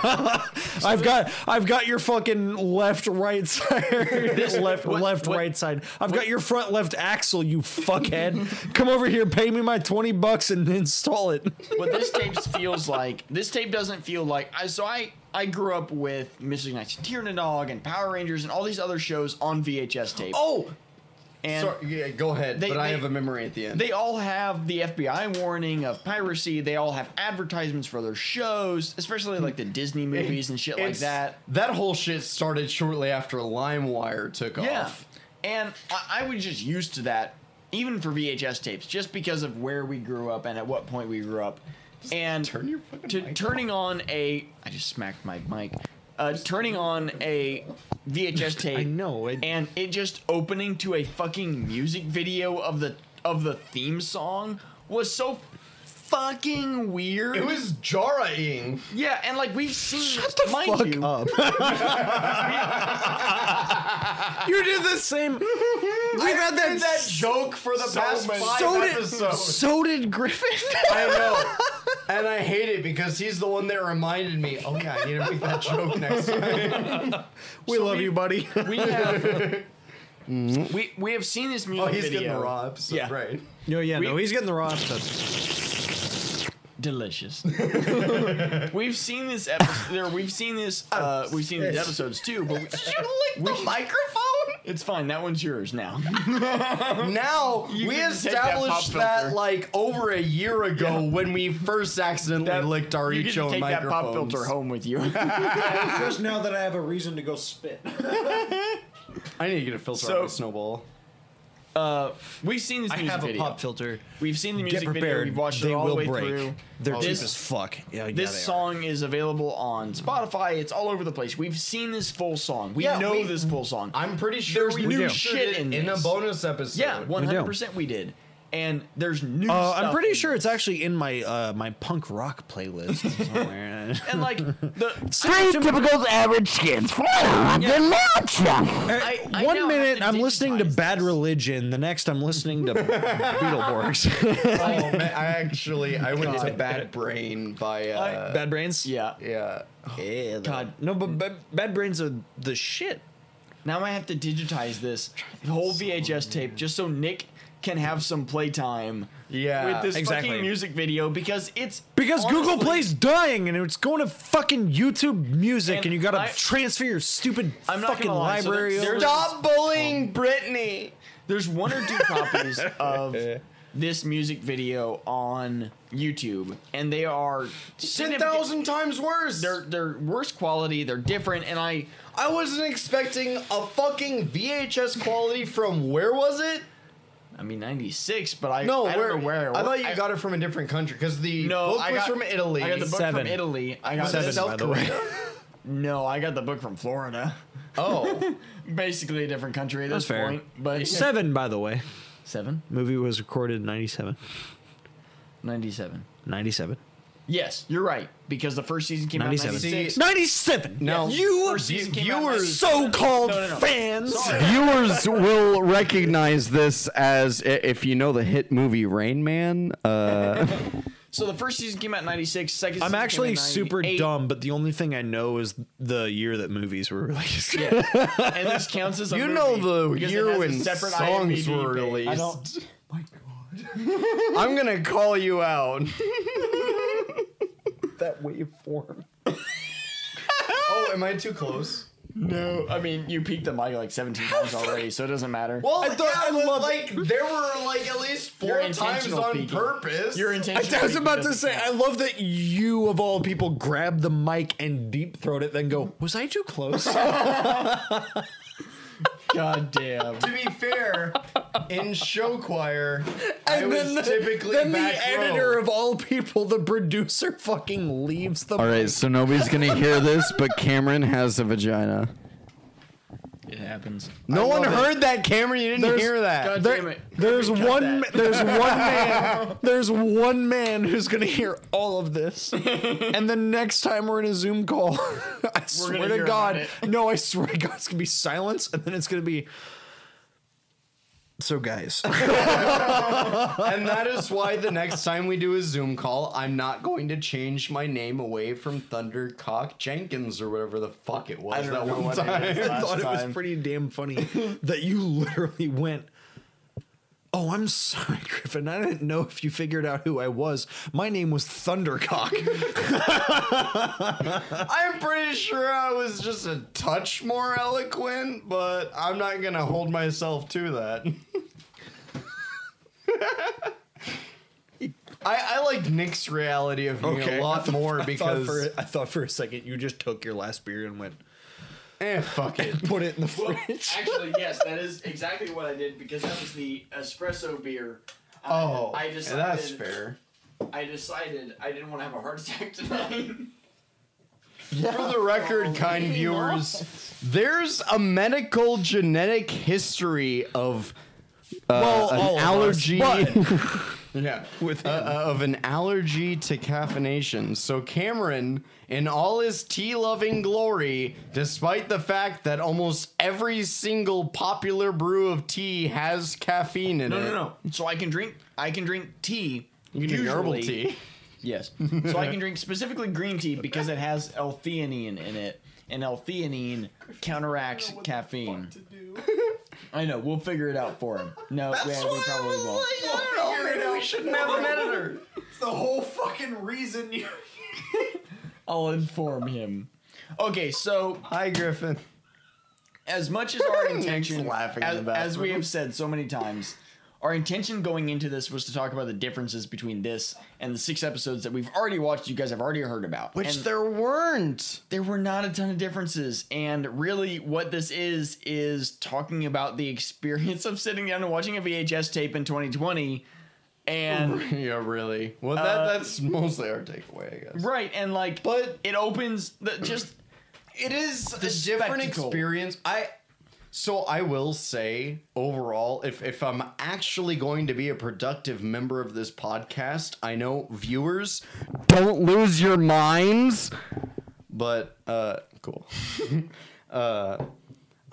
[SPEAKER 2] I've got I've got your fucking left right side, left
[SPEAKER 3] what-
[SPEAKER 2] left
[SPEAKER 3] what-
[SPEAKER 2] right side. I've got your front left axle, you fuckhead. Come over here, pay me my twenty bucks, and install it.
[SPEAKER 3] What this tape feels like, this tape doesn't feel like. I, so I I grew up with Mystery Knights of Tyrannog and Power Rangers and all these other shows on VHS tape.
[SPEAKER 4] Oh,
[SPEAKER 3] and
[SPEAKER 4] sorry, yeah, go ahead.
[SPEAKER 3] They-
[SPEAKER 4] but I
[SPEAKER 3] they-
[SPEAKER 4] have a memory at the end.
[SPEAKER 3] They all have the FBI warning of piracy. They all have advertisements for their shows, especially like the Disney movies and shit like
[SPEAKER 4] It's-
[SPEAKER 3] that.
[SPEAKER 4] That whole shit started shortly after LimeWire took
[SPEAKER 3] Yeah.
[SPEAKER 4] off.
[SPEAKER 3] And I, I was just used to that, even for VHS tapes, just because of where we grew up and at what point we grew up. and
[SPEAKER 4] turn your fucking
[SPEAKER 3] to,
[SPEAKER 4] mic
[SPEAKER 3] turning on a, I just smacked my mic. Uh, turning on a VHS tape.
[SPEAKER 2] know, I-
[SPEAKER 3] and it just opening to a fucking music video of the of the theme song was so fucking weird.
[SPEAKER 4] It was jarring.
[SPEAKER 3] yeah, and like we've seen
[SPEAKER 2] Shut
[SPEAKER 3] this,
[SPEAKER 2] the
[SPEAKER 3] mind
[SPEAKER 2] fuck
[SPEAKER 3] you,
[SPEAKER 2] up. you did the same. We've had that.
[SPEAKER 4] that joke for the past
[SPEAKER 3] many-
[SPEAKER 4] five
[SPEAKER 2] so did
[SPEAKER 4] episodes.
[SPEAKER 2] so did Griffin.
[SPEAKER 4] I know. And I hate it because he's the one that reminded me. Oh yeah, I need to make that joke next time.
[SPEAKER 2] We love you, buddy.
[SPEAKER 3] We have we we have seen this
[SPEAKER 4] Oh,
[SPEAKER 3] music
[SPEAKER 4] he's
[SPEAKER 3] video.
[SPEAKER 4] getting robbed. So,
[SPEAKER 3] Yeah.
[SPEAKER 4] right.
[SPEAKER 2] no, yeah,
[SPEAKER 3] We-
[SPEAKER 2] no, he's getting the raw stuff.
[SPEAKER 3] Delicious. we've seen this episode. There, we've seen this. Uh, we've seen these episodes too. But we,
[SPEAKER 4] Oh, You lick the microphone.
[SPEAKER 3] it's fine. That one's yours now.
[SPEAKER 4] Now
[SPEAKER 3] You
[SPEAKER 4] we
[SPEAKER 3] can just take that
[SPEAKER 4] established
[SPEAKER 3] pop
[SPEAKER 4] that,
[SPEAKER 3] filter.
[SPEAKER 4] like over a year ago when we first accidentally licked our
[SPEAKER 3] you
[SPEAKER 4] each
[SPEAKER 3] can
[SPEAKER 4] own
[SPEAKER 3] take that
[SPEAKER 4] microphones.
[SPEAKER 3] pop filter home with you.
[SPEAKER 2] Just now that I have a reason to go spit.
[SPEAKER 4] I need to get a filter
[SPEAKER 3] So-
[SPEAKER 4] on my snowball.
[SPEAKER 3] uh, we've seen this
[SPEAKER 2] I
[SPEAKER 3] music
[SPEAKER 2] have a
[SPEAKER 3] video.
[SPEAKER 2] pop filter.
[SPEAKER 3] We've seen the music
[SPEAKER 2] Get
[SPEAKER 3] video.
[SPEAKER 2] prepared.
[SPEAKER 3] We've watched
[SPEAKER 2] they
[SPEAKER 3] it all
[SPEAKER 2] will
[SPEAKER 3] the way
[SPEAKER 2] break.
[SPEAKER 3] through.
[SPEAKER 2] They're
[SPEAKER 3] This-
[SPEAKER 2] cheap as fuck. Yeah, yeah,
[SPEAKER 3] This
[SPEAKER 2] they are.
[SPEAKER 3] song is available on Spotify. It's all over the place. We've seen this full song. We
[SPEAKER 4] Yeah,
[SPEAKER 3] know
[SPEAKER 4] we-
[SPEAKER 3] this full song.
[SPEAKER 4] I'm pretty sure
[SPEAKER 3] There's
[SPEAKER 4] we
[SPEAKER 3] new
[SPEAKER 4] featured
[SPEAKER 3] shit
[SPEAKER 4] it
[SPEAKER 3] in
[SPEAKER 4] in a
[SPEAKER 3] this.
[SPEAKER 4] bonus episode.
[SPEAKER 3] yeah, Oh one
[SPEAKER 2] do.
[SPEAKER 3] hundred percent. We did, and there's new.
[SPEAKER 2] Uh, I'm
[SPEAKER 3] stuff
[SPEAKER 2] pretty
[SPEAKER 3] in
[SPEAKER 2] sure
[SPEAKER 3] this.
[SPEAKER 2] it's actually in my uh, my punk rock playlist somewhere.
[SPEAKER 3] And like the
[SPEAKER 6] Three typical average skins. Good luck.
[SPEAKER 3] I- I now
[SPEAKER 2] One
[SPEAKER 3] have
[SPEAKER 2] minute
[SPEAKER 3] to
[SPEAKER 2] I'm listening to
[SPEAKER 3] digitize
[SPEAKER 2] Bad
[SPEAKER 3] this.
[SPEAKER 2] Religion, the next I'm listening to Beetleborgs.
[SPEAKER 4] Oh man, I actually I went to Bad Brain by uh,
[SPEAKER 2] Bad Brains?
[SPEAKER 3] yeah.
[SPEAKER 4] yeah.
[SPEAKER 3] God,
[SPEAKER 2] No, but bad, bad Brains are the shit.
[SPEAKER 3] now I have to digitize this whole VHS tape just so Nick can have some playtime
[SPEAKER 4] Yeah,
[SPEAKER 3] with this
[SPEAKER 2] exactly.
[SPEAKER 3] fucking music video because it's
[SPEAKER 2] Because Google
[SPEAKER 3] honestly-
[SPEAKER 2] Play's dying and it's going to fucking YouTube music and,
[SPEAKER 3] And
[SPEAKER 2] you gotta
[SPEAKER 3] I-
[SPEAKER 2] transfer your stupid
[SPEAKER 3] I'm not
[SPEAKER 2] fucking
[SPEAKER 3] gonna lie, so there-
[SPEAKER 2] library.
[SPEAKER 3] there's-
[SPEAKER 2] over.
[SPEAKER 4] Stop bullying Brittany.
[SPEAKER 3] There's one or two copies of this music video on YouTube, and they are
[SPEAKER 4] Ten
[SPEAKER 3] significant-
[SPEAKER 4] thousand times worse.
[SPEAKER 3] They're they're worse quality. They're different, and I
[SPEAKER 4] I wasn't expecting a fucking VHS quality from where was it?
[SPEAKER 3] I mean '96, but I
[SPEAKER 4] No,
[SPEAKER 3] I
[SPEAKER 4] where,
[SPEAKER 3] don't know where
[SPEAKER 4] I thought you got it from a different country because the
[SPEAKER 3] no
[SPEAKER 4] book
[SPEAKER 3] I
[SPEAKER 4] was
[SPEAKER 3] got,
[SPEAKER 4] from Italy.
[SPEAKER 3] I got the book
[SPEAKER 2] Seven.
[SPEAKER 3] from Italy. I got
[SPEAKER 4] Seven,
[SPEAKER 3] this-
[SPEAKER 4] South
[SPEAKER 2] by the way.
[SPEAKER 4] Korea.
[SPEAKER 3] No, I got the book from Florida.
[SPEAKER 4] oh,
[SPEAKER 3] Basically, a different country at
[SPEAKER 2] That's
[SPEAKER 3] this
[SPEAKER 2] fair.
[SPEAKER 3] point. But
[SPEAKER 2] Seven, by the way.
[SPEAKER 3] seven
[SPEAKER 2] Movie was recorded in 97.
[SPEAKER 3] ninety-seven.
[SPEAKER 2] 97.
[SPEAKER 3] Yes, you're right because the first season came out
[SPEAKER 2] 97.
[SPEAKER 3] in '96.
[SPEAKER 2] 97!
[SPEAKER 4] No.
[SPEAKER 2] You
[SPEAKER 3] First season came out in
[SPEAKER 2] viewers,
[SPEAKER 3] 96.
[SPEAKER 2] so called
[SPEAKER 3] No, no, no.
[SPEAKER 2] fans!
[SPEAKER 4] viewers will recognize this as if you know the hit movie Rain Man. Uh,
[SPEAKER 3] So the first season came out in '96. Second,
[SPEAKER 2] I'm
[SPEAKER 3] season came out
[SPEAKER 2] actually
[SPEAKER 3] in
[SPEAKER 2] super
[SPEAKER 3] 98,
[SPEAKER 2] dumb, but the only thing I know is the year that movies were released.
[SPEAKER 3] And this counts as a
[SPEAKER 4] you
[SPEAKER 3] movie
[SPEAKER 4] know the
[SPEAKER 3] because it
[SPEAKER 4] year
[SPEAKER 3] has a
[SPEAKER 4] when
[SPEAKER 3] separate
[SPEAKER 4] songs
[SPEAKER 3] IMDb
[SPEAKER 4] were
[SPEAKER 3] page.
[SPEAKER 4] released. I'm gonna call you out.
[SPEAKER 2] that waveform.
[SPEAKER 4] Oh, am I too close?
[SPEAKER 3] No, I mean you peaked the mic like 17 times already, so it doesn't matter.
[SPEAKER 4] Well, I
[SPEAKER 2] thought-
[SPEAKER 4] thought
[SPEAKER 2] I
[SPEAKER 4] yeah, but,
[SPEAKER 2] love
[SPEAKER 4] like there were like at least
[SPEAKER 3] You're
[SPEAKER 4] four times
[SPEAKER 3] intentional
[SPEAKER 4] on
[SPEAKER 3] peeking.
[SPEAKER 4] purpose.
[SPEAKER 3] Your intention.
[SPEAKER 2] I was about to say, I love that you, of all people, grab the mic and deep throat it, then go, Was I too close?
[SPEAKER 3] God damn.
[SPEAKER 4] to be fair, in show choir, I
[SPEAKER 2] And
[SPEAKER 4] was
[SPEAKER 2] then the,
[SPEAKER 4] typically
[SPEAKER 2] then the
[SPEAKER 4] back row.
[SPEAKER 2] editor of all people, the producer, fucking leaves the
[SPEAKER 5] All
[SPEAKER 2] mic.
[SPEAKER 5] right, so nobody's gonna hear this, but Cameron has a vagina.
[SPEAKER 3] It happens.
[SPEAKER 5] No one
[SPEAKER 4] love it.
[SPEAKER 5] heard that, Cameron. You didn't
[SPEAKER 2] There's-
[SPEAKER 5] hear that.
[SPEAKER 3] God
[SPEAKER 2] There-
[SPEAKER 3] damn it.
[SPEAKER 2] there's
[SPEAKER 3] Cut
[SPEAKER 2] one.
[SPEAKER 3] that.
[SPEAKER 2] There's one man. There's one man who's gonna hear all of this, and the next time we're in a Zoom call, I swear
[SPEAKER 3] hear
[SPEAKER 2] to
[SPEAKER 3] about
[SPEAKER 2] God,
[SPEAKER 3] it.
[SPEAKER 2] no, I swear to God, it's gonna be silence, and then it's gonna be. So guys,
[SPEAKER 4] and that is why the next time we do a Zoom call, I'm not going to change my name away from Thundercock Jenkins or whatever the fuck it was that
[SPEAKER 3] know
[SPEAKER 4] one
[SPEAKER 3] what it
[SPEAKER 4] time.
[SPEAKER 3] is.
[SPEAKER 2] I thought it
[SPEAKER 3] time.
[SPEAKER 2] was pretty damn funny that you literally went. Oh, I'm sorry, Griffin. I didn't know if you figured out who I was. My name was Thundercock.
[SPEAKER 4] I'm pretty sure I was just a touch more eloquent, but I'm not gonna hold myself to that. I, I like Nick's reality of me a lot more because
[SPEAKER 2] I thought for a second you just took your last beer and went
[SPEAKER 4] eh, fuck it.
[SPEAKER 2] put it in the
[SPEAKER 3] Well,
[SPEAKER 2] fridge.
[SPEAKER 3] actually, yes, that is exactly what I did because that was the espresso beer.
[SPEAKER 4] Oh,
[SPEAKER 3] I
[SPEAKER 4] yeah, that's
[SPEAKER 3] decided-
[SPEAKER 4] fair.
[SPEAKER 3] I decided I didn't want to have a heart attack tonight.
[SPEAKER 4] For the record, kind viewers, there's a medical genetic history of uh, an allergy. yeah, with uh, of an allergy to caffeination. So Cameron, in all his tea-loving glory, despite the fact that almost every single popular brew of tea has caffeine in
[SPEAKER 3] No,
[SPEAKER 4] it,
[SPEAKER 3] no, no. So I can drink. I can drink tea.
[SPEAKER 4] you can drink herbal
[SPEAKER 3] usually
[SPEAKER 4] tea.
[SPEAKER 3] Yes. So I can drink specifically green tea because it has L-theanine in it, and L-theanine counteracts caffeine. I know. We'll figure it out for him. No, yeah, we probably won't.
[SPEAKER 4] we shouldn't have an editor.
[SPEAKER 7] the whole fucking reason you.
[SPEAKER 3] I'll inform him. Okay, so
[SPEAKER 4] Hi, Griffin.
[SPEAKER 3] as much as our
[SPEAKER 4] Nick's
[SPEAKER 3] intention,
[SPEAKER 4] laughing in
[SPEAKER 3] as,
[SPEAKER 4] the
[SPEAKER 3] as we
[SPEAKER 4] bathroom.
[SPEAKER 3] have said so many times, our intention going into this was to talk about the differences between this and the six episodes that we've already watched. You guys have already heard about,
[SPEAKER 4] Which
[SPEAKER 3] And
[SPEAKER 4] there weren't.
[SPEAKER 3] there were not a ton of differences. And really, what this is is talking about the experience of sitting down and watching a VHS tape in 2020, and
[SPEAKER 4] yeah, really. Well, that, that's mostly our takeaway, I guess.
[SPEAKER 3] right, and like,
[SPEAKER 4] But-
[SPEAKER 3] it opens the, just
[SPEAKER 4] It is a different
[SPEAKER 3] spectacle.
[SPEAKER 4] experience. I so I will say overall, if if I'm actually going to be a productive member of this podcast, I know viewers don't lose your minds. But uh, cool. uh,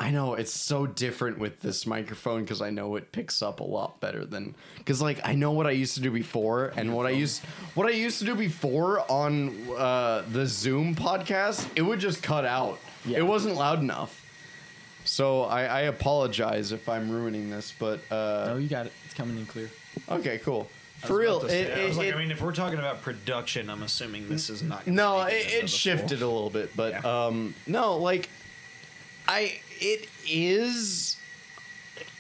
[SPEAKER 4] I know it's so different with this microphone because I know it picks up a lot better than because like I know what I used to do before and what I used what I used to do before on uh, the Zoom podcast it would just cut out. It wasn't loud enough. So I, I apologize if I'm ruining this, but uh,
[SPEAKER 3] you got it. It's coming in clear.
[SPEAKER 4] okay, cool. For real, it,
[SPEAKER 2] I
[SPEAKER 4] it,
[SPEAKER 2] was like,
[SPEAKER 4] it-
[SPEAKER 2] I mean, if we're talking about production, I'm assuming this is not. gonna
[SPEAKER 4] No,
[SPEAKER 2] make
[SPEAKER 4] it,
[SPEAKER 2] into the
[SPEAKER 4] it shifted a little bit, but um, no, like I, it is.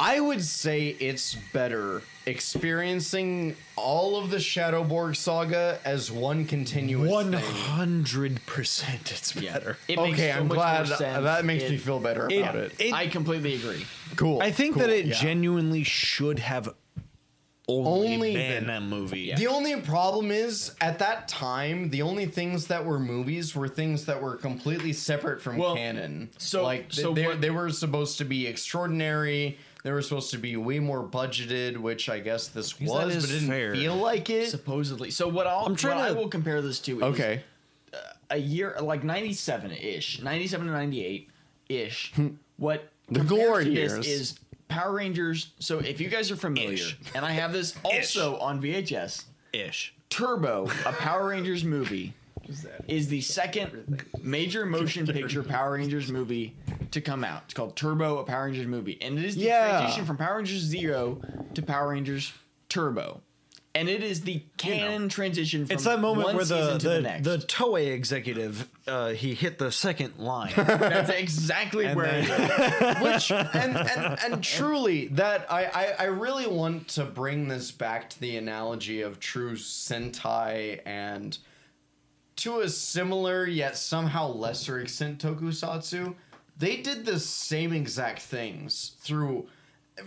[SPEAKER 4] I would say it's better experiencing all of the Shadowborg saga as one continuous.
[SPEAKER 2] One
[SPEAKER 4] thing.
[SPEAKER 2] hundred percent, it's better.
[SPEAKER 3] It makes
[SPEAKER 4] Okay,
[SPEAKER 3] so
[SPEAKER 4] I'm
[SPEAKER 3] much
[SPEAKER 4] glad
[SPEAKER 3] more sense.
[SPEAKER 4] that makes me
[SPEAKER 3] It-
[SPEAKER 4] feel better about it.
[SPEAKER 3] I completely agree.
[SPEAKER 4] Cool.
[SPEAKER 2] I think
[SPEAKER 4] cool,
[SPEAKER 2] that it
[SPEAKER 4] yeah.
[SPEAKER 2] genuinely should have only,
[SPEAKER 4] Only
[SPEAKER 2] been,
[SPEAKER 4] been-
[SPEAKER 2] a movie.
[SPEAKER 4] The only problem is at that time, the only things that were movies were things that were completely separate from
[SPEAKER 3] Well,
[SPEAKER 4] canon.
[SPEAKER 3] so-
[SPEAKER 4] like th-
[SPEAKER 3] so
[SPEAKER 4] they,
[SPEAKER 3] what-
[SPEAKER 4] they were supposed to be extraordinary. They were supposed to be way more budgeted, which I guess this
[SPEAKER 2] that
[SPEAKER 4] was,
[SPEAKER 2] is
[SPEAKER 4] but it didn't
[SPEAKER 2] fair.
[SPEAKER 4] feel like it.
[SPEAKER 3] Supposedly. So what I'll, I'm
[SPEAKER 2] trying
[SPEAKER 3] what I
[SPEAKER 2] to-
[SPEAKER 3] will compare this to is
[SPEAKER 4] okay,
[SPEAKER 3] a year like 97 ish, 97 to 98 ish. what
[SPEAKER 4] The
[SPEAKER 3] compares
[SPEAKER 4] glory
[SPEAKER 3] to this
[SPEAKER 4] years.
[SPEAKER 3] is Power Rangers. So if you guys are familiar, and I have this also on VHS,
[SPEAKER 2] ish.
[SPEAKER 3] Turbo, a Power Rangers movie, is the second major motion picture Power Rangers movie to come out. It's called Turbo, a Power Rangers movie, and it is the
[SPEAKER 4] Yeah.
[SPEAKER 3] transition from Power Rangers Zero to Power Rangers Turbo, and it is the canon transition. From
[SPEAKER 2] It's that moment
[SPEAKER 3] one
[SPEAKER 2] where the
[SPEAKER 3] season to the,
[SPEAKER 2] the,
[SPEAKER 3] next.
[SPEAKER 2] the, Toei executive uh, he hit the second line.
[SPEAKER 3] That's exactly where.
[SPEAKER 2] then-
[SPEAKER 3] it is.
[SPEAKER 4] which and, and and truly that I, I I really want to bring this back to the analogy of true Sentai and to a similar yet somehow lesser extent tokusatsu they did the same exact things through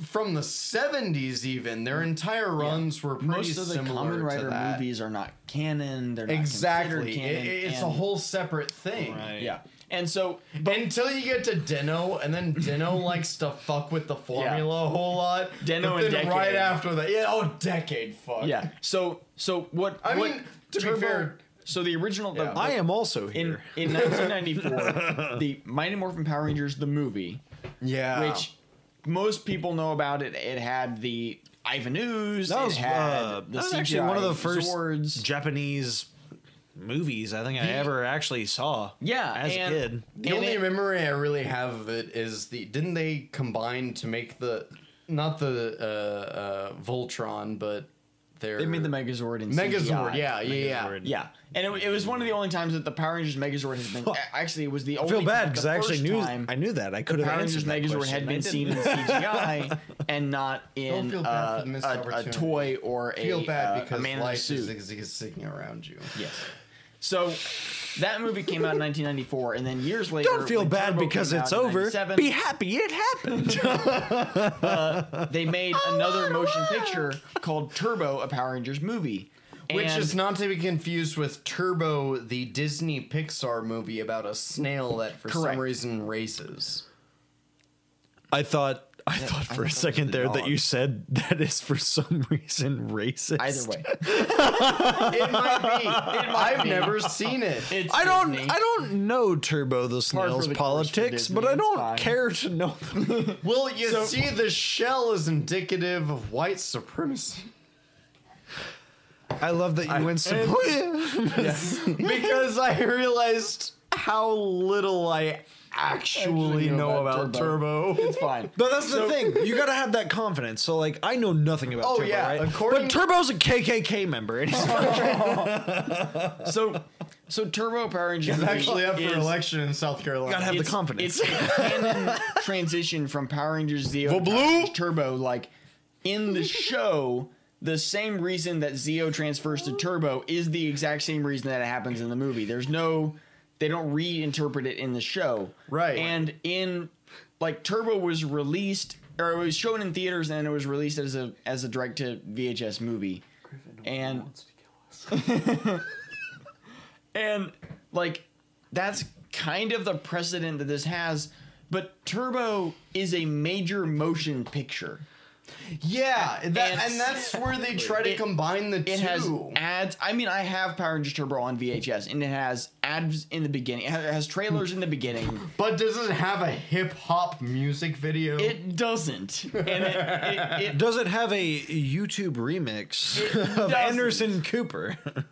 [SPEAKER 4] from the 70s even their entire runs were pretty
[SPEAKER 3] Mm. most of the
[SPEAKER 4] similar
[SPEAKER 3] common
[SPEAKER 4] to
[SPEAKER 3] writer
[SPEAKER 4] that.
[SPEAKER 3] movies are not canon. They're not
[SPEAKER 4] exactly
[SPEAKER 3] considered
[SPEAKER 4] It-
[SPEAKER 3] Canon,
[SPEAKER 4] it- it's a
[SPEAKER 3] and-
[SPEAKER 4] whole separate thing
[SPEAKER 3] yeah. And so,
[SPEAKER 4] until you get to Deno, and then Deno likes to fuck with the formula a whole lot.
[SPEAKER 3] Deno
[SPEAKER 4] but
[SPEAKER 3] and
[SPEAKER 4] then
[SPEAKER 3] Decade.
[SPEAKER 4] right after that, yeah, oh, decade, fuck.
[SPEAKER 3] yeah. So, so what?
[SPEAKER 4] I
[SPEAKER 3] what
[SPEAKER 4] mean, to be
[SPEAKER 3] Turbo-
[SPEAKER 4] fair-
[SPEAKER 3] so the original. The,
[SPEAKER 2] I am also
[SPEAKER 3] in
[SPEAKER 2] here.
[SPEAKER 3] in 1994, the Mighty Morphin Power Rangers the movie,
[SPEAKER 4] yeah.
[SPEAKER 3] which most people know about it. It had the Ivanus.
[SPEAKER 2] that was,
[SPEAKER 3] it had
[SPEAKER 2] uh,
[SPEAKER 3] the
[SPEAKER 2] that was actually
[SPEAKER 3] CGI
[SPEAKER 2] one of the first
[SPEAKER 3] swords.
[SPEAKER 2] Japanese movies I think I ever actually saw.
[SPEAKER 3] Yeah,
[SPEAKER 2] as
[SPEAKER 3] and-
[SPEAKER 2] a kid.
[SPEAKER 4] the
[SPEAKER 3] and
[SPEAKER 4] only
[SPEAKER 3] it-
[SPEAKER 4] memory I really have of it is the didn't they combine to make the not the uh, uh, Voltron, but their
[SPEAKER 3] They made the Megazord and
[SPEAKER 4] Megazord. Yeah, yeah, yeah.
[SPEAKER 3] Yeah, and it, it was one of the only times that the Power Rangers Megazord has been. Actually, it was the
[SPEAKER 2] I
[SPEAKER 3] only.
[SPEAKER 2] feel bad
[SPEAKER 3] the
[SPEAKER 2] because I actually
[SPEAKER 3] first
[SPEAKER 2] knew
[SPEAKER 3] time
[SPEAKER 2] I knew that I could have
[SPEAKER 3] Power Rangers
[SPEAKER 2] answered that
[SPEAKER 3] Megazord
[SPEAKER 2] question.
[SPEAKER 3] had
[SPEAKER 2] I
[SPEAKER 3] been seen in
[SPEAKER 2] didn't.
[SPEAKER 3] CGI and not in
[SPEAKER 4] feel bad for
[SPEAKER 3] uh,
[SPEAKER 4] the missed
[SPEAKER 3] a, a
[SPEAKER 4] opportunity.
[SPEAKER 3] toy or a,
[SPEAKER 4] Feel
[SPEAKER 3] uh,
[SPEAKER 4] bad
[SPEAKER 3] a
[SPEAKER 4] because
[SPEAKER 3] man in a
[SPEAKER 4] life is
[SPEAKER 3] suit.
[SPEAKER 4] existing around you.
[SPEAKER 3] yes. So that movie came out in 1994, and then years later,
[SPEAKER 2] Don't feel
[SPEAKER 3] when
[SPEAKER 2] bad
[SPEAKER 3] Turbo
[SPEAKER 2] because
[SPEAKER 3] came out
[SPEAKER 2] it's
[SPEAKER 3] in
[SPEAKER 2] over.
[SPEAKER 3] 97,
[SPEAKER 2] Be happy it happened.
[SPEAKER 3] they made another motion picture called Turbo, a Power Rangers movie,
[SPEAKER 4] Which
[SPEAKER 3] And-
[SPEAKER 4] is not to be confused with Turbo, the Disney Pixar movie about a snail that for
[SPEAKER 3] Correct.
[SPEAKER 4] some reason races.
[SPEAKER 2] I thought I thought for a second there that you said that is for some reason racist.
[SPEAKER 3] Either way,
[SPEAKER 4] It might be. I've never seen it.
[SPEAKER 3] it's
[SPEAKER 2] I don't
[SPEAKER 3] Disney.
[SPEAKER 2] I don't know Turbo the Snail's
[SPEAKER 3] the course for
[SPEAKER 2] politics,
[SPEAKER 3] Disney,
[SPEAKER 2] but I
[SPEAKER 3] it's
[SPEAKER 2] don't
[SPEAKER 3] fine.
[SPEAKER 2] care to know them.
[SPEAKER 4] Well, you see, the shell is indicative of white supremacy.
[SPEAKER 2] I love that you went supreme.
[SPEAKER 4] because I realized how little I actually
[SPEAKER 3] know
[SPEAKER 4] know
[SPEAKER 3] about
[SPEAKER 4] about turbo.
[SPEAKER 3] It's fine.
[SPEAKER 2] No, that's the thing. You gotta have that confidence. So, like, I know nothing about
[SPEAKER 4] Oh,
[SPEAKER 2] Turbo,
[SPEAKER 4] yeah,
[SPEAKER 2] right?
[SPEAKER 4] according- Uh-huh.
[SPEAKER 2] but Turbo's a KKK member. And he's
[SPEAKER 3] So, so turbo power engineering
[SPEAKER 4] Actually, up for
[SPEAKER 3] is-
[SPEAKER 4] election in South Carolina.
[SPEAKER 2] gotta have the
[SPEAKER 3] it's-
[SPEAKER 2] confidence.
[SPEAKER 3] It's a canon transition from Power Rangers Zeo to Power Rangers Turbo. Like in the show, the same reason that Zeo transfers to Turbo is the exact same reason that it happens in the movie. There's no, they don't reinterpret it in the show,
[SPEAKER 4] Right.
[SPEAKER 3] And in like Turbo was released or it was shown in theaters and it was released as a as a direct to VHS movie, and and like that's kind of the precedent that this has but turbo is a major motion picture
[SPEAKER 4] yeah, and, that,
[SPEAKER 3] It's-
[SPEAKER 4] and that's where they try to
[SPEAKER 3] It-
[SPEAKER 4] combine the
[SPEAKER 3] it
[SPEAKER 4] two.
[SPEAKER 3] has ads i mean i have power rangers turbo on vhs and it has ads in the beginning it has it has trailers in the beginning
[SPEAKER 4] but does it have a hip hop music video?
[SPEAKER 3] it doesn't and it, it, it
[SPEAKER 2] Does it have a YouTube remix of
[SPEAKER 3] doesn't.
[SPEAKER 2] Anderson Cooper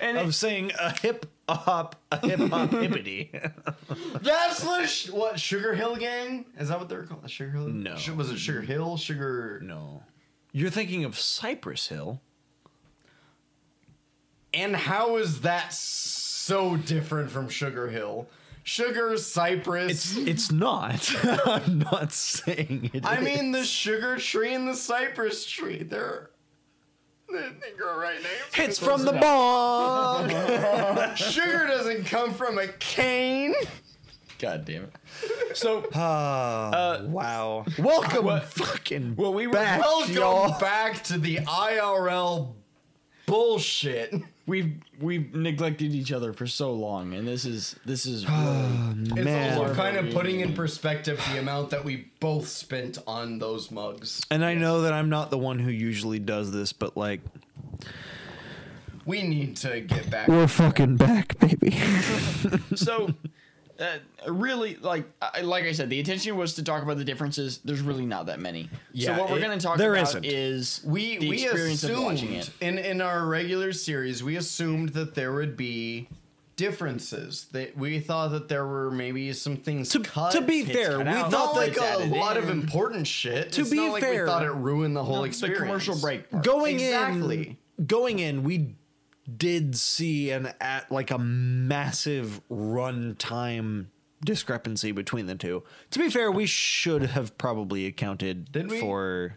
[SPEAKER 3] and
[SPEAKER 2] of
[SPEAKER 3] it,
[SPEAKER 2] saying a hip hop, a hip hop hippity?
[SPEAKER 4] That's the sh- what Sugar Hill Gang? Is that what they're called? Sugar Hill?
[SPEAKER 2] No.
[SPEAKER 4] Sh- was it Sugar Hill? Sugar?
[SPEAKER 2] No. You're thinking of Cypress Hill.
[SPEAKER 4] And how is that so different from Sugar Hill? Sugar
[SPEAKER 2] It's
[SPEAKER 4] Cypress.
[SPEAKER 2] it's not. I'm not saying it.
[SPEAKER 4] I
[SPEAKER 2] is.
[SPEAKER 4] mean, the sugar tree and the cypress tree. They're they they grow right names.
[SPEAKER 2] it's from the bong.
[SPEAKER 4] Sugar doesn't come from a cane.
[SPEAKER 3] god damn it
[SPEAKER 4] Oh,
[SPEAKER 2] wow. Welcome fucking
[SPEAKER 3] well we were
[SPEAKER 2] back,
[SPEAKER 4] Welcome
[SPEAKER 2] y'all.
[SPEAKER 4] back to the IRL bullshit.
[SPEAKER 3] we've we've neglected each other for so long and this is this is really,
[SPEAKER 4] It's also
[SPEAKER 2] Man.
[SPEAKER 4] kind of putting in perspective the amount that we both spent on those mugs.
[SPEAKER 2] And I know that I'm not the one who usually does this, but like
[SPEAKER 4] We need to get back.
[SPEAKER 2] we're fucking back, baby.
[SPEAKER 3] so uh, really like I, like i said the intention was to talk about the differences there's really not that many
[SPEAKER 4] Yeah,
[SPEAKER 3] so what we're
[SPEAKER 4] it-
[SPEAKER 3] going to talk
[SPEAKER 2] there
[SPEAKER 3] about
[SPEAKER 2] isn't.
[SPEAKER 3] is
[SPEAKER 4] We
[SPEAKER 3] the
[SPEAKER 4] we
[SPEAKER 3] experience
[SPEAKER 4] assumed
[SPEAKER 3] of watching it
[SPEAKER 4] in in our regular series we assumed that there would be differences. That we thought that there were maybe some things
[SPEAKER 2] to,
[SPEAKER 4] cut.
[SPEAKER 2] to be fair, we
[SPEAKER 3] cut out.
[SPEAKER 2] thought
[SPEAKER 4] not
[SPEAKER 3] Not
[SPEAKER 2] that
[SPEAKER 4] like a
[SPEAKER 3] added
[SPEAKER 4] lot of
[SPEAKER 3] in.
[SPEAKER 4] important shit.
[SPEAKER 2] To
[SPEAKER 4] it's
[SPEAKER 2] be
[SPEAKER 4] not like
[SPEAKER 2] fair-
[SPEAKER 4] we thought it ruined the whole
[SPEAKER 3] the
[SPEAKER 4] experience.
[SPEAKER 3] commercial break part.
[SPEAKER 2] going
[SPEAKER 4] Exactly.
[SPEAKER 2] in going in we did see an at like a massive runtime discrepancy between the two to be fair we should have probably accounted
[SPEAKER 4] Did we?
[SPEAKER 2] for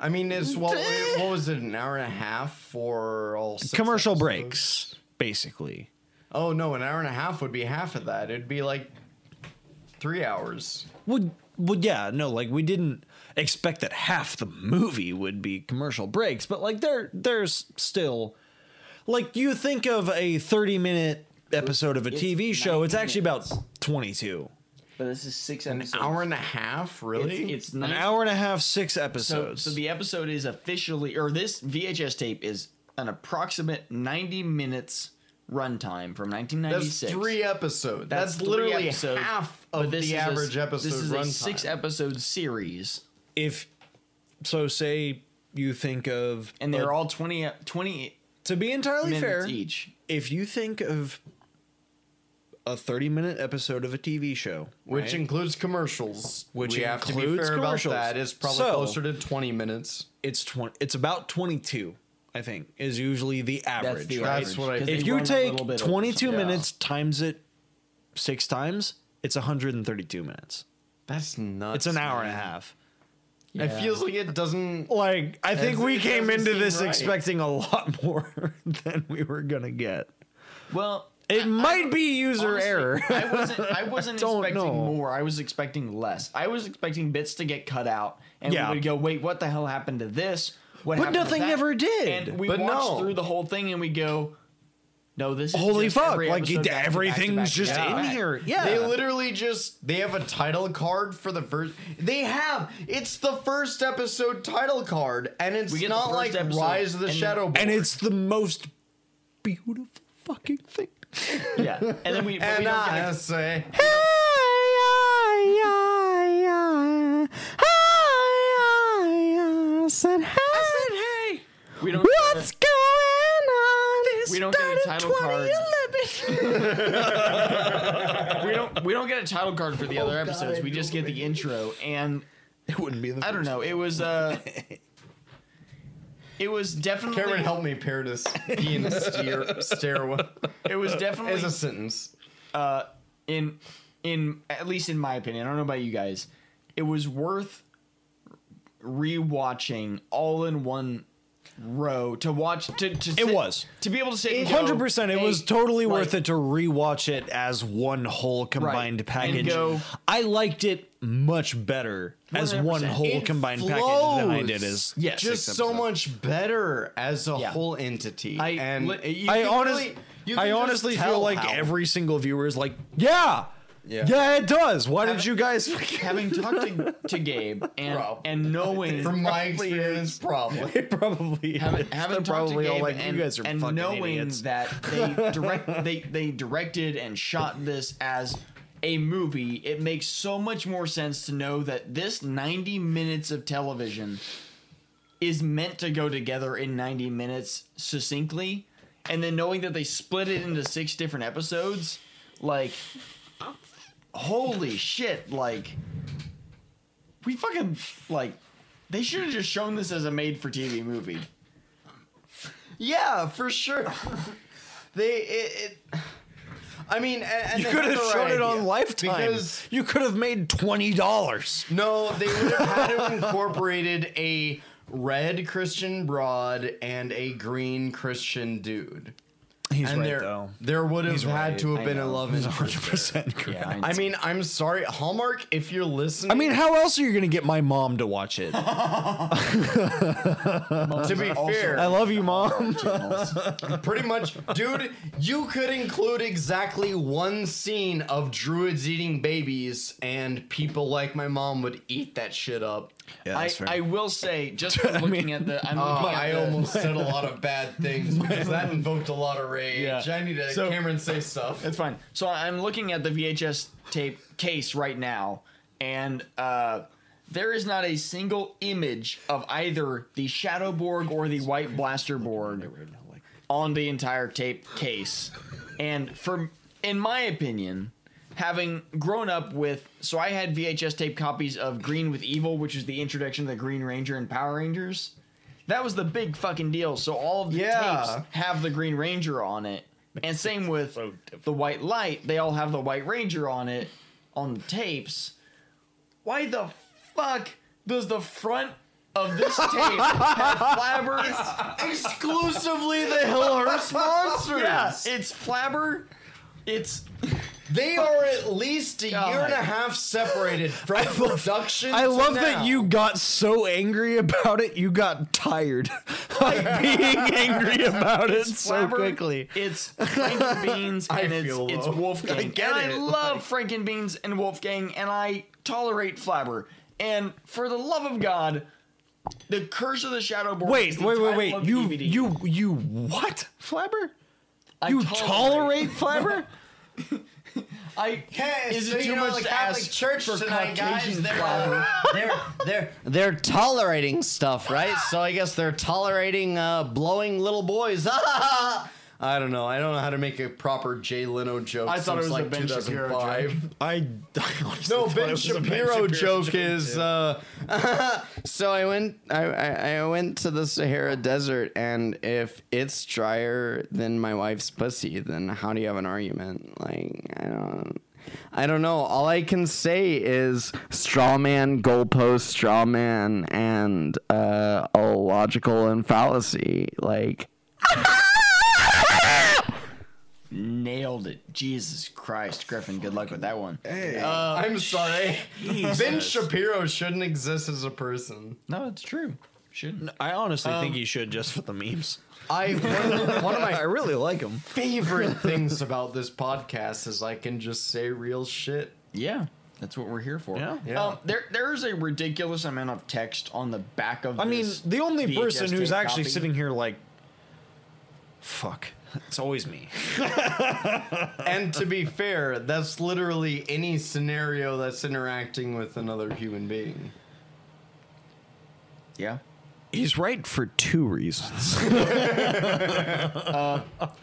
[SPEAKER 4] I mean, it's what what was it? An hour and a half for all six
[SPEAKER 2] commercial
[SPEAKER 4] episodes?
[SPEAKER 2] breaks basically
[SPEAKER 4] Oh no, an hour and a half would be half of that. It'd be like three hours.
[SPEAKER 2] would would yeah no like we didn't expect that half the movie would be commercial breaks but like there there's still like you think of a 30 minute episode of a tv show it's actually about 22
[SPEAKER 3] but this is six episodes
[SPEAKER 4] Hour and a half, really?
[SPEAKER 3] it's, it's
[SPEAKER 2] an
[SPEAKER 3] nine
[SPEAKER 2] hour and a half, six
[SPEAKER 3] so,
[SPEAKER 2] episodes.
[SPEAKER 3] so the episode is officially or this vhs tape is an approximate 90 minutes runtime from
[SPEAKER 4] That's
[SPEAKER 3] 1996
[SPEAKER 4] three episodes.
[SPEAKER 3] That's
[SPEAKER 4] That's,
[SPEAKER 3] three
[SPEAKER 4] literally
[SPEAKER 3] episodes,
[SPEAKER 4] half
[SPEAKER 3] but
[SPEAKER 4] of
[SPEAKER 3] this is
[SPEAKER 4] the
[SPEAKER 3] a-
[SPEAKER 4] average episode
[SPEAKER 3] this is
[SPEAKER 4] runtime.
[SPEAKER 3] a six episode series
[SPEAKER 2] if so, say you think of
[SPEAKER 3] and they're all 20 20
[SPEAKER 2] to be entirely
[SPEAKER 3] minutes
[SPEAKER 2] fair.
[SPEAKER 3] each
[SPEAKER 2] If you think of a thirty-minute episode of a TV show,
[SPEAKER 4] which includes commercials.
[SPEAKER 2] Which
[SPEAKER 4] we have to be
[SPEAKER 2] includes
[SPEAKER 4] fair about
[SPEAKER 2] commercials.
[SPEAKER 4] that. It's probably
[SPEAKER 2] So-
[SPEAKER 4] closer to twenty minutes.
[SPEAKER 2] it's twenty. It's about twenty-two. I think is usually the average.
[SPEAKER 3] That's the
[SPEAKER 2] right?
[SPEAKER 3] average.
[SPEAKER 4] That's what I-
[SPEAKER 3] 'cause
[SPEAKER 2] If
[SPEAKER 3] they
[SPEAKER 2] you
[SPEAKER 3] run a
[SPEAKER 2] take
[SPEAKER 3] little bit over.
[SPEAKER 2] twenty-two
[SPEAKER 4] Yeah.
[SPEAKER 2] minutes times it six times, it's one hundred and thirty-two minutes.
[SPEAKER 4] That's nuts.
[SPEAKER 2] It's an hour and a half.
[SPEAKER 4] It feels like it doesn't.
[SPEAKER 2] Like I think
[SPEAKER 4] That's-
[SPEAKER 2] we
[SPEAKER 4] it
[SPEAKER 2] came
[SPEAKER 4] doesn't
[SPEAKER 2] into
[SPEAKER 4] seem
[SPEAKER 2] this
[SPEAKER 4] right.
[SPEAKER 2] expecting a lot more than we were gonna get.
[SPEAKER 3] well
[SPEAKER 2] It might be user
[SPEAKER 3] honestly,
[SPEAKER 2] error.
[SPEAKER 3] I wasn't. I wasn't
[SPEAKER 2] don't
[SPEAKER 3] expecting
[SPEAKER 2] know.
[SPEAKER 3] more. I was expecting less. I was expecting bits to get cut out, and
[SPEAKER 2] Yeah.
[SPEAKER 3] we would go, "Wait, what the hell happened to this?" What
[SPEAKER 2] But
[SPEAKER 3] happened to
[SPEAKER 2] nothing
[SPEAKER 3] that?"
[SPEAKER 2] ever did.
[SPEAKER 3] And we
[SPEAKER 4] But
[SPEAKER 3] watched
[SPEAKER 4] no.
[SPEAKER 3] through the whole thing, and we go, "No, this is
[SPEAKER 2] Holy
[SPEAKER 3] just
[SPEAKER 2] fuck!
[SPEAKER 3] every
[SPEAKER 2] like
[SPEAKER 3] episode
[SPEAKER 2] it,
[SPEAKER 3] back to back to back
[SPEAKER 2] everything's
[SPEAKER 3] to
[SPEAKER 2] just
[SPEAKER 3] back to
[SPEAKER 2] in
[SPEAKER 3] back."
[SPEAKER 2] here. Yeah.
[SPEAKER 4] They literally just they have a title card for the first. They have it's the first episode title card, and it's
[SPEAKER 3] We get the
[SPEAKER 4] not
[SPEAKER 3] first
[SPEAKER 4] like
[SPEAKER 3] episode,
[SPEAKER 4] Rise of the
[SPEAKER 3] and-
[SPEAKER 4] Shadow. Board.
[SPEAKER 2] and it's the most beautiful fucking thing.
[SPEAKER 3] Yeah, and then we, but
[SPEAKER 4] and
[SPEAKER 3] we don't get
[SPEAKER 4] I
[SPEAKER 3] a-
[SPEAKER 4] say
[SPEAKER 3] we don't
[SPEAKER 6] What's going
[SPEAKER 3] we don't get a title card. we don't we don't get a title card for the
[SPEAKER 2] Oh,
[SPEAKER 3] other episodes. we just get the intro and
[SPEAKER 2] It wouldn't be the.
[SPEAKER 3] I don't know. It was uh It was definitely
[SPEAKER 4] Cameron, help me pair this Ian Steer stairwell
[SPEAKER 3] it was definitely
[SPEAKER 4] as a sentence.
[SPEAKER 3] uh, in in at least in my opinion, I don't know about you guys, it was worth rewatching all in one row to watch to, to sit-
[SPEAKER 2] was.
[SPEAKER 3] to be able to say
[SPEAKER 2] Hundred percent. It was totally
[SPEAKER 3] right.
[SPEAKER 2] worth it to rewatch it as one whole combined
[SPEAKER 3] And
[SPEAKER 2] package.
[SPEAKER 3] go-
[SPEAKER 2] I liked it much better as one
[SPEAKER 3] 100%.
[SPEAKER 2] whole
[SPEAKER 4] It
[SPEAKER 2] combined package than I did
[SPEAKER 4] flows.
[SPEAKER 2] as.
[SPEAKER 3] yes
[SPEAKER 4] just so much better as a
[SPEAKER 3] Yeah.
[SPEAKER 4] whole entity.
[SPEAKER 3] I-
[SPEAKER 4] and
[SPEAKER 3] li- you
[SPEAKER 2] I
[SPEAKER 4] can
[SPEAKER 2] honestly,
[SPEAKER 4] really- you can
[SPEAKER 2] I
[SPEAKER 4] just
[SPEAKER 2] honestly feel
[SPEAKER 4] tell
[SPEAKER 2] like
[SPEAKER 4] how-
[SPEAKER 2] every single viewer is like, yeah, yeah, it does. Why did you guys?
[SPEAKER 3] having talked to, to Gabe and
[SPEAKER 4] Rob.
[SPEAKER 3] and knowing
[SPEAKER 4] from my experience, probably.
[SPEAKER 2] It probably
[SPEAKER 3] having,
[SPEAKER 2] is.
[SPEAKER 3] having
[SPEAKER 2] They're
[SPEAKER 3] talked to Gabe and,
[SPEAKER 2] you guys are
[SPEAKER 3] and
[SPEAKER 2] fucking
[SPEAKER 3] knowing
[SPEAKER 2] idiots.
[SPEAKER 3] that they direct they they directed and shot this as a movie, it makes so much more sense to know that this 90 minutes of television is meant to go together in 90 minutes succinctly and then knowing that they split it into six different episodes like holy shit like we fucking like they should have just shown this as a made for TV movie
[SPEAKER 4] Yeah, for sure. they it. it I mean, and, and
[SPEAKER 2] you
[SPEAKER 4] they
[SPEAKER 2] could have
[SPEAKER 4] the right
[SPEAKER 2] shown it on
[SPEAKER 4] idea,
[SPEAKER 2] Lifetime.
[SPEAKER 4] because
[SPEAKER 2] you could have made twenty dollars.
[SPEAKER 4] No, they would have had to incorporated a red Christian broad and a green Christian dude.
[SPEAKER 2] He's
[SPEAKER 4] and there, there would have had to have been a love interest.
[SPEAKER 2] Hundred percent correct.
[SPEAKER 4] I mean, I'm sorry, Hallmark, if you're listening.
[SPEAKER 2] I mean, how else are you gonna get my mom to watch it? I
[SPEAKER 4] to be fair,
[SPEAKER 2] love you, mom.
[SPEAKER 4] pretty much, dude, you could include exactly one scene of druids eating babies, and people like my mom would eat that shit up.
[SPEAKER 3] I, I will say just from looking at the I'm
[SPEAKER 4] Uh,
[SPEAKER 3] looking at
[SPEAKER 4] I
[SPEAKER 3] the-
[SPEAKER 4] almost said a lot of bad things because that invoked a lot of rage.
[SPEAKER 3] Yeah.
[SPEAKER 4] I need to
[SPEAKER 3] So-
[SPEAKER 4] Cameron say stuff.
[SPEAKER 3] That's fine. So I'm looking at the VHS tape case right now, and uh, there is not a single image of either the Shadowborg or the White Blasterborg on the entire tape case. And for, in my opinion, having grown up with, so I had VHS tape copies of Green with Evil, which is the introduction of the Green Ranger and Power Rangers. That was the big fucking deal. So all of the
[SPEAKER 4] Yeah.
[SPEAKER 3] tapes have the Green Ranger on it. And same with the White Light, they all have the White Ranger on it on the tapes. Why the fuck does the front of this tape have flabbers?
[SPEAKER 4] Exclusively the Hillhurst monsters.
[SPEAKER 3] It's flabber. It's
[SPEAKER 4] They are at least a year and a half separated from production.
[SPEAKER 2] I
[SPEAKER 4] to
[SPEAKER 2] love
[SPEAKER 4] now.
[SPEAKER 2] that you got so angry about it. You got tired of being angry about it so
[SPEAKER 3] flabber,
[SPEAKER 2] quickly.
[SPEAKER 3] It's Frankenbeans and it's,
[SPEAKER 4] feel
[SPEAKER 3] it's
[SPEAKER 4] low.
[SPEAKER 3] Wolfgang.
[SPEAKER 4] I get
[SPEAKER 3] and I
[SPEAKER 4] it,
[SPEAKER 3] love Frankenbeans and Wolfgang, and I tolerate flabber. And for the love of God, the Curse of the Shadow Borg.
[SPEAKER 2] Wait,
[SPEAKER 3] is the
[SPEAKER 2] wait, wait,
[SPEAKER 3] title
[SPEAKER 2] wait.
[SPEAKER 3] of the
[SPEAKER 2] You,
[SPEAKER 3] DVD.
[SPEAKER 2] you, you. What, Flabber?
[SPEAKER 3] I
[SPEAKER 2] You tolerate Flabber?
[SPEAKER 3] I
[SPEAKER 4] Yes,
[SPEAKER 3] is
[SPEAKER 4] so
[SPEAKER 3] it
[SPEAKER 4] you
[SPEAKER 3] too
[SPEAKER 4] know,
[SPEAKER 3] much
[SPEAKER 4] the
[SPEAKER 3] to
[SPEAKER 4] Catholic
[SPEAKER 3] ask
[SPEAKER 4] Church
[SPEAKER 3] for
[SPEAKER 4] tonight, guys,
[SPEAKER 3] Caucasian
[SPEAKER 4] they're-
[SPEAKER 3] flabber?
[SPEAKER 4] they're they're they're tolerating stuff, right? So I guess they're tolerating uh, blowing little boys. I don't know. I don't know how to make a proper Jay Leno joke.
[SPEAKER 3] I thought it
[SPEAKER 4] since,
[SPEAKER 3] was
[SPEAKER 4] like
[SPEAKER 3] a Ben Shapiro
[SPEAKER 4] 2005.
[SPEAKER 2] I, I honestly
[SPEAKER 4] No,
[SPEAKER 2] thought it
[SPEAKER 4] Ben
[SPEAKER 2] was a
[SPEAKER 4] Shapiro, joke is. Uh, so I went.
[SPEAKER 5] I, I, I went to the Sahara Desert, and if it's drier than my wife's pussy, then how do you have an argument? Like, I don't. I don't know. All I can say is straw man, goalpost, straw man, and uh, illogical and fallacy. Like,
[SPEAKER 3] Nailed it. Jesus Christ, Griffin. Good luck with that one.
[SPEAKER 4] I'm sorry. Ben Shapiro shouldn't exist as a person.
[SPEAKER 3] No, it's true. Shouldn't.
[SPEAKER 2] I honestly think you should just for the memes.
[SPEAKER 4] I one of, one of
[SPEAKER 2] I
[SPEAKER 4] my
[SPEAKER 2] really like them.
[SPEAKER 4] favorite things about this podcast is I can just say real shit.
[SPEAKER 3] Yeah, that's what we're here for.
[SPEAKER 2] Yeah.
[SPEAKER 4] Yeah.
[SPEAKER 3] Um, there, there is a ridiculous amount of text on the back of.
[SPEAKER 2] I mean,
[SPEAKER 3] this
[SPEAKER 2] the only
[SPEAKER 3] VHS
[SPEAKER 2] person who's
[SPEAKER 3] tape
[SPEAKER 2] actually
[SPEAKER 3] copy.
[SPEAKER 2] sitting here like, fuck, it's always me.
[SPEAKER 4] And to be fair, that's literally any scenario that's interacting with another human being.
[SPEAKER 3] Yeah.
[SPEAKER 2] He's right for two reasons.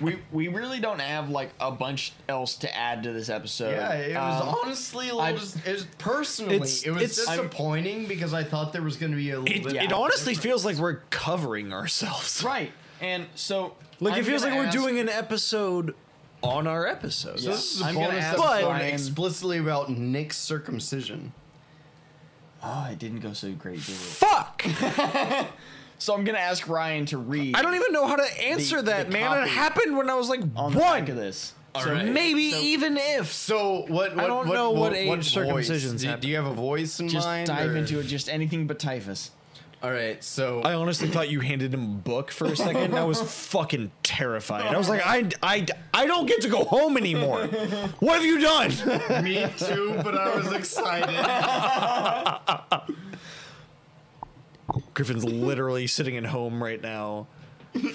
[SPEAKER 3] we we really don't have like a bunch else to add to this episode.
[SPEAKER 4] Yeah, it was
[SPEAKER 3] Um,
[SPEAKER 4] honestly a little.
[SPEAKER 3] I'm-
[SPEAKER 4] dis- it was personally,
[SPEAKER 2] It's-
[SPEAKER 4] it was
[SPEAKER 2] it's- I'm-
[SPEAKER 4] disappointing because I thought there was going to be a little
[SPEAKER 2] It,
[SPEAKER 4] bit.
[SPEAKER 2] it
[SPEAKER 4] more
[SPEAKER 2] honestly
[SPEAKER 4] different.
[SPEAKER 2] feels like we're covering ourselves.
[SPEAKER 3] right. And so
[SPEAKER 2] Like
[SPEAKER 3] I'm
[SPEAKER 2] it feels like
[SPEAKER 3] gonna
[SPEAKER 2] we're
[SPEAKER 3] ask-
[SPEAKER 2] doing an episode on our episode.
[SPEAKER 3] Yeah.
[SPEAKER 4] This is a
[SPEAKER 3] I'm gonna
[SPEAKER 4] bonus
[SPEAKER 3] ask
[SPEAKER 4] episode
[SPEAKER 3] Brian-
[SPEAKER 4] explicitly about Nick's circumcision.
[SPEAKER 3] Oh, it didn't go so great, did it?
[SPEAKER 2] Fuck!
[SPEAKER 3] So I'm gonna ask Ryan to read.
[SPEAKER 2] I don't even know how to answer
[SPEAKER 3] The-
[SPEAKER 2] that,
[SPEAKER 3] the
[SPEAKER 2] man. It
[SPEAKER 3] copy
[SPEAKER 2] happened when I was like
[SPEAKER 3] on the back of
[SPEAKER 2] one.
[SPEAKER 3] this.
[SPEAKER 2] So maybe even if.
[SPEAKER 4] So what? what
[SPEAKER 2] I don't
[SPEAKER 4] what,
[SPEAKER 2] know what age
[SPEAKER 4] voice?
[SPEAKER 2] circumcisions
[SPEAKER 4] Do,
[SPEAKER 2] happen.
[SPEAKER 4] do you have a voice in
[SPEAKER 3] Just
[SPEAKER 4] mind?
[SPEAKER 3] dive
[SPEAKER 4] or-
[SPEAKER 3] into it. Just anything but typhus.
[SPEAKER 4] All right, so
[SPEAKER 2] I honestly thought you handed him a book for a second. and I was fucking terrified. I was like, I, I, I don't get to go home anymore. What have you done?
[SPEAKER 4] me too, but I was excited.
[SPEAKER 2] Griffin's literally sitting at home right now.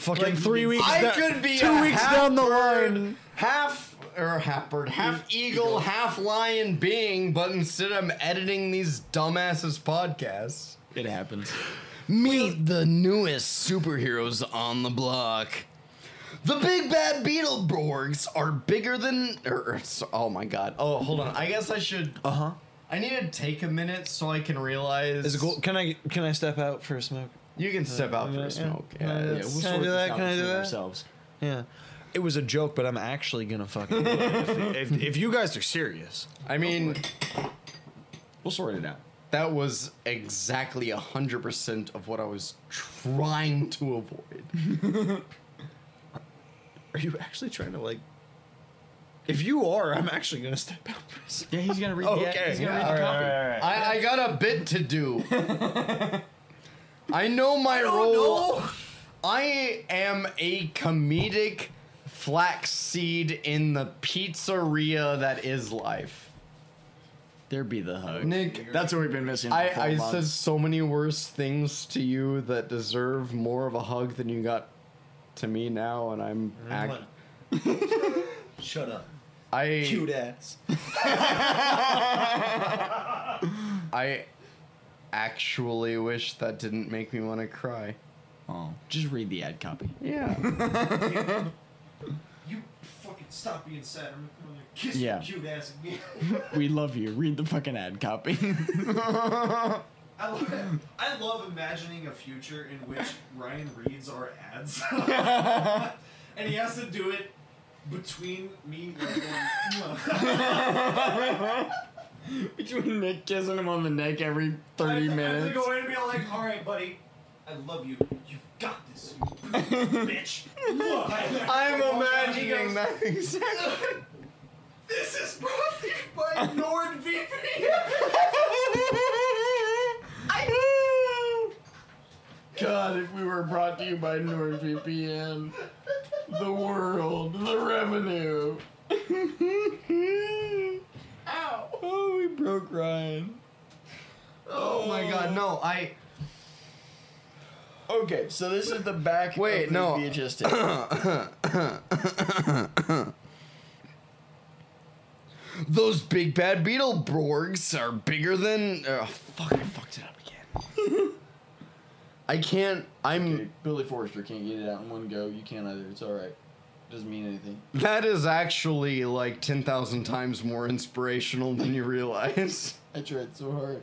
[SPEAKER 2] Fucking three weeks.
[SPEAKER 4] I
[SPEAKER 2] down-
[SPEAKER 4] could be
[SPEAKER 2] two
[SPEAKER 4] a
[SPEAKER 2] weeks
[SPEAKER 4] half
[SPEAKER 2] down the
[SPEAKER 4] bird,
[SPEAKER 2] line.
[SPEAKER 4] half or half bird, half eagle, half lion being, but instead I'm editing these dumbasses podcasts.
[SPEAKER 3] It happens.
[SPEAKER 5] Meet the newest superheroes on the block.
[SPEAKER 4] The big bad Beetleborgs are bigger than. er, er, so- oh my god. Oh, hold on. I guess I should. Uh huh. I need to take a minute so I can realize.
[SPEAKER 2] Uh-huh. Is it cool? Can I can I step out for a smoke?
[SPEAKER 4] You can step out for
[SPEAKER 2] yeah,
[SPEAKER 4] a smoke.
[SPEAKER 2] yeah,
[SPEAKER 4] Yeah,
[SPEAKER 2] yeah,
[SPEAKER 3] Yeah, we'll
[SPEAKER 4] it's-
[SPEAKER 2] Can I
[SPEAKER 3] sort
[SPEAKER 2] do
[SPEAKER 3] this
[SPEAKER 2] that?
[SPEAKER 3] out
[SPEAKER 2] Can I do
[SPEAKER 3] between
[SPEAKER 2] that?
[SPEAKER 3] Ourselves.
[SPEAKER 2] Yeah. It was a joke, but I'm actually gonna fucking. do it. if, if, if you guys are serious,
[SPEAKER 4] I mean,
[SPEAKER 3] We'll sort it out.
[SPEAKER 4] that was exactly 100% of what I was trying to avoid.
[SPEAKER 2] are you actually trying to like? If you are, I'm actually gonna step out. For a smoke.
[SPEAKER 3] Yeah, he's gonna read.
[SPEAKER 2] Okay,
[SPEAKER 3] Yeah, he's gonna
[SPEAKER 2] yeah,
[SPEAKER 3] read the
[SPEAKER 2] all right,
[SPEAKER 3] copy.
[SPEAKER 4] I, I got a bit to do. I know my role. I am a comedic flaxseed in the pizzeria that is life.
[SPEAKER 3] There be the hug.
[SPEAKER 4] Nick,
[SPEAKER 3] That's what we've been missing. for
[SPEAKER 4] I,
[SPEAKER 3] four
[SPEAKER 4] I
[SPEAKER 3] months.
[SPEAKER 4] said so many worse things to you that deserve more of a hug than you got to me now, and I'm act-
[SPEAKER 2] Shut up.
[SPEAKER 4] I
[SPEAKER 2] ass.
[SPEAKER 4] I actually wish that didn't make me want to cry.
[SPEAKER 3] Oh, just read the ad copy.
[SPEAKER 4] Yeah.
[SPEAKER 7] You fucking stop being sad. I'm gonna kiss
[SPEAKER 3] Yeah.
[SPEAKER 7] your cute ass again.
[SPEAKER 3] We love you. Read the fucking ad copy.
[SPEAKER 7] I love, I love imagining a future in which Ryan reads our ads. and he has to do it between me like, going, "Mwah."
[SPEAKER 3] Between Nick kissing him on the neck every
[SPEAKER 7] I have
[SPEAKER 3] 30
[SPEAKER 7] to- I have to
[SPEAKER 3] minutes.
[SPEAKER 7] go in and be like, all right, buddy, I love you. You've got this, you bitch. Look,
[SPEAKER 4] I'm
[SPEAKER 7] He goes,
[SPEAKER 4] imagining that exact
[SPEAKER 7] This is brought to you by NordVPN.
[SPEAKER 3] God, if we were brought to you by NordVPN, the world, the revenue. Ow. Oh, we broke Ryan.
[SPEAKER 4] Oh my god, no, I
[SPEAKER 3] Okay, so this is the back
[SPEAKER 4] Wait,
[SPEAKER 3] of the
[SPEAKER 4] no.
[SPEAKER 3] VHS tape.
[SPEAKER 4] those big bad Beetleborgs are bigger than oh, fuck, I fucked it up again. I can't I'm
[SPEAKER 3] Billy Forrester can't get it out in one go. You can't either. It's all right. Doesn't mean anything.
[SPEAKER 4] that is actually like 10,000 times more inspirational than you realize.
[SPEAKER 3] I tried so hard.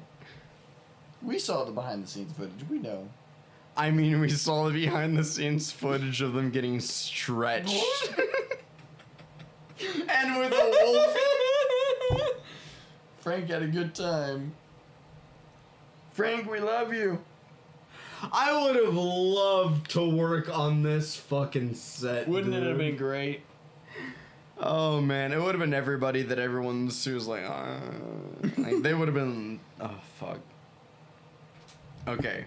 [SPEAKER 3] We saw the behind the scenes footage. We know.
[SPEAKER 4] I mean, we saw the behind the scenes footage of them getting stretched. and with a wolf
[SPEAKER 3] Frank had a good time. Frank, we love you.
[SPEAKER 4] I would have loved to work on this fucking set.
[SPEAKER 3] Wouldn't it
[SPEAKER 4] dude.
[SPEAKER 3] have been great?
[SPEAKER 4] Oh man, it would have been everybody that everyone's who was like, uh, like they would have been. Oh fuck. Okay.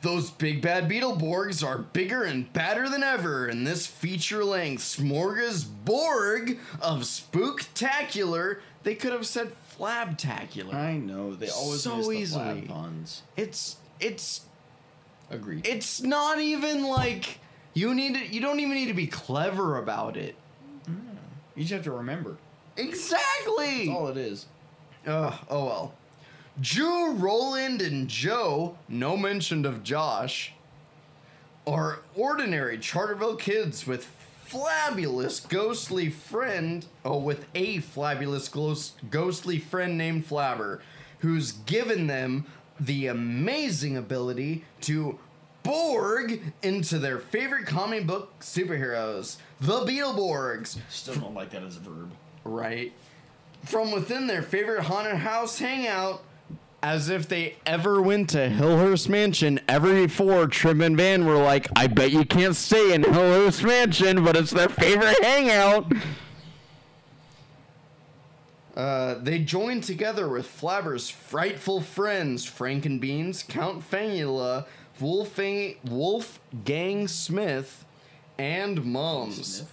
[SPEAKER 4] Those big bad Beetleborgs are bigger and badder than ever in this feature-length smorgasbord of spooktacular. They could have said flabtacular.
[SPEAKER 3] I know. They always
[SPEAKER 4] So
[SPEAKER 3] miss the
[SPEAKER 4] easily.
[SPEAKER 3] flab puns.
[SPEAKER 4] It's it's
[SPEAKER 3] Agreed.
[SPEAKER 4] it's not even like you need to, you don't even need to be clever about it.
[SPEAKER 3] you just have to remember.
[SPEAKER 4] Exactly.
[SPEAKER 3] That's all it is.
[SPEAKER 4] Ugh, oh well. Jew, Roland, and Joe, no mention of Josh, are ordinary Charterville kids with fabulous ghostly friend, oh, with a fabulous ghost, ghostly friend named Flabber, who's given them the amazing ability to Borg into their favorite comic book superheroes, the Beetleborgs,
[SPEAKER 3] Still don't like that as a verb.
[SPEAKER 4] Right. From within their favorite haunted house hangout. As if they ever went to Hillhurst Mansion ever before, Trim and Van were like, I bet you can't stay in Hillhurst Mansion, but it's their favorite hangout. Uh, they joined together with Flabber's frightful friends, Frankenbeans, Count Fangula, Wolfgang, Wolfgang Smith, and Mums.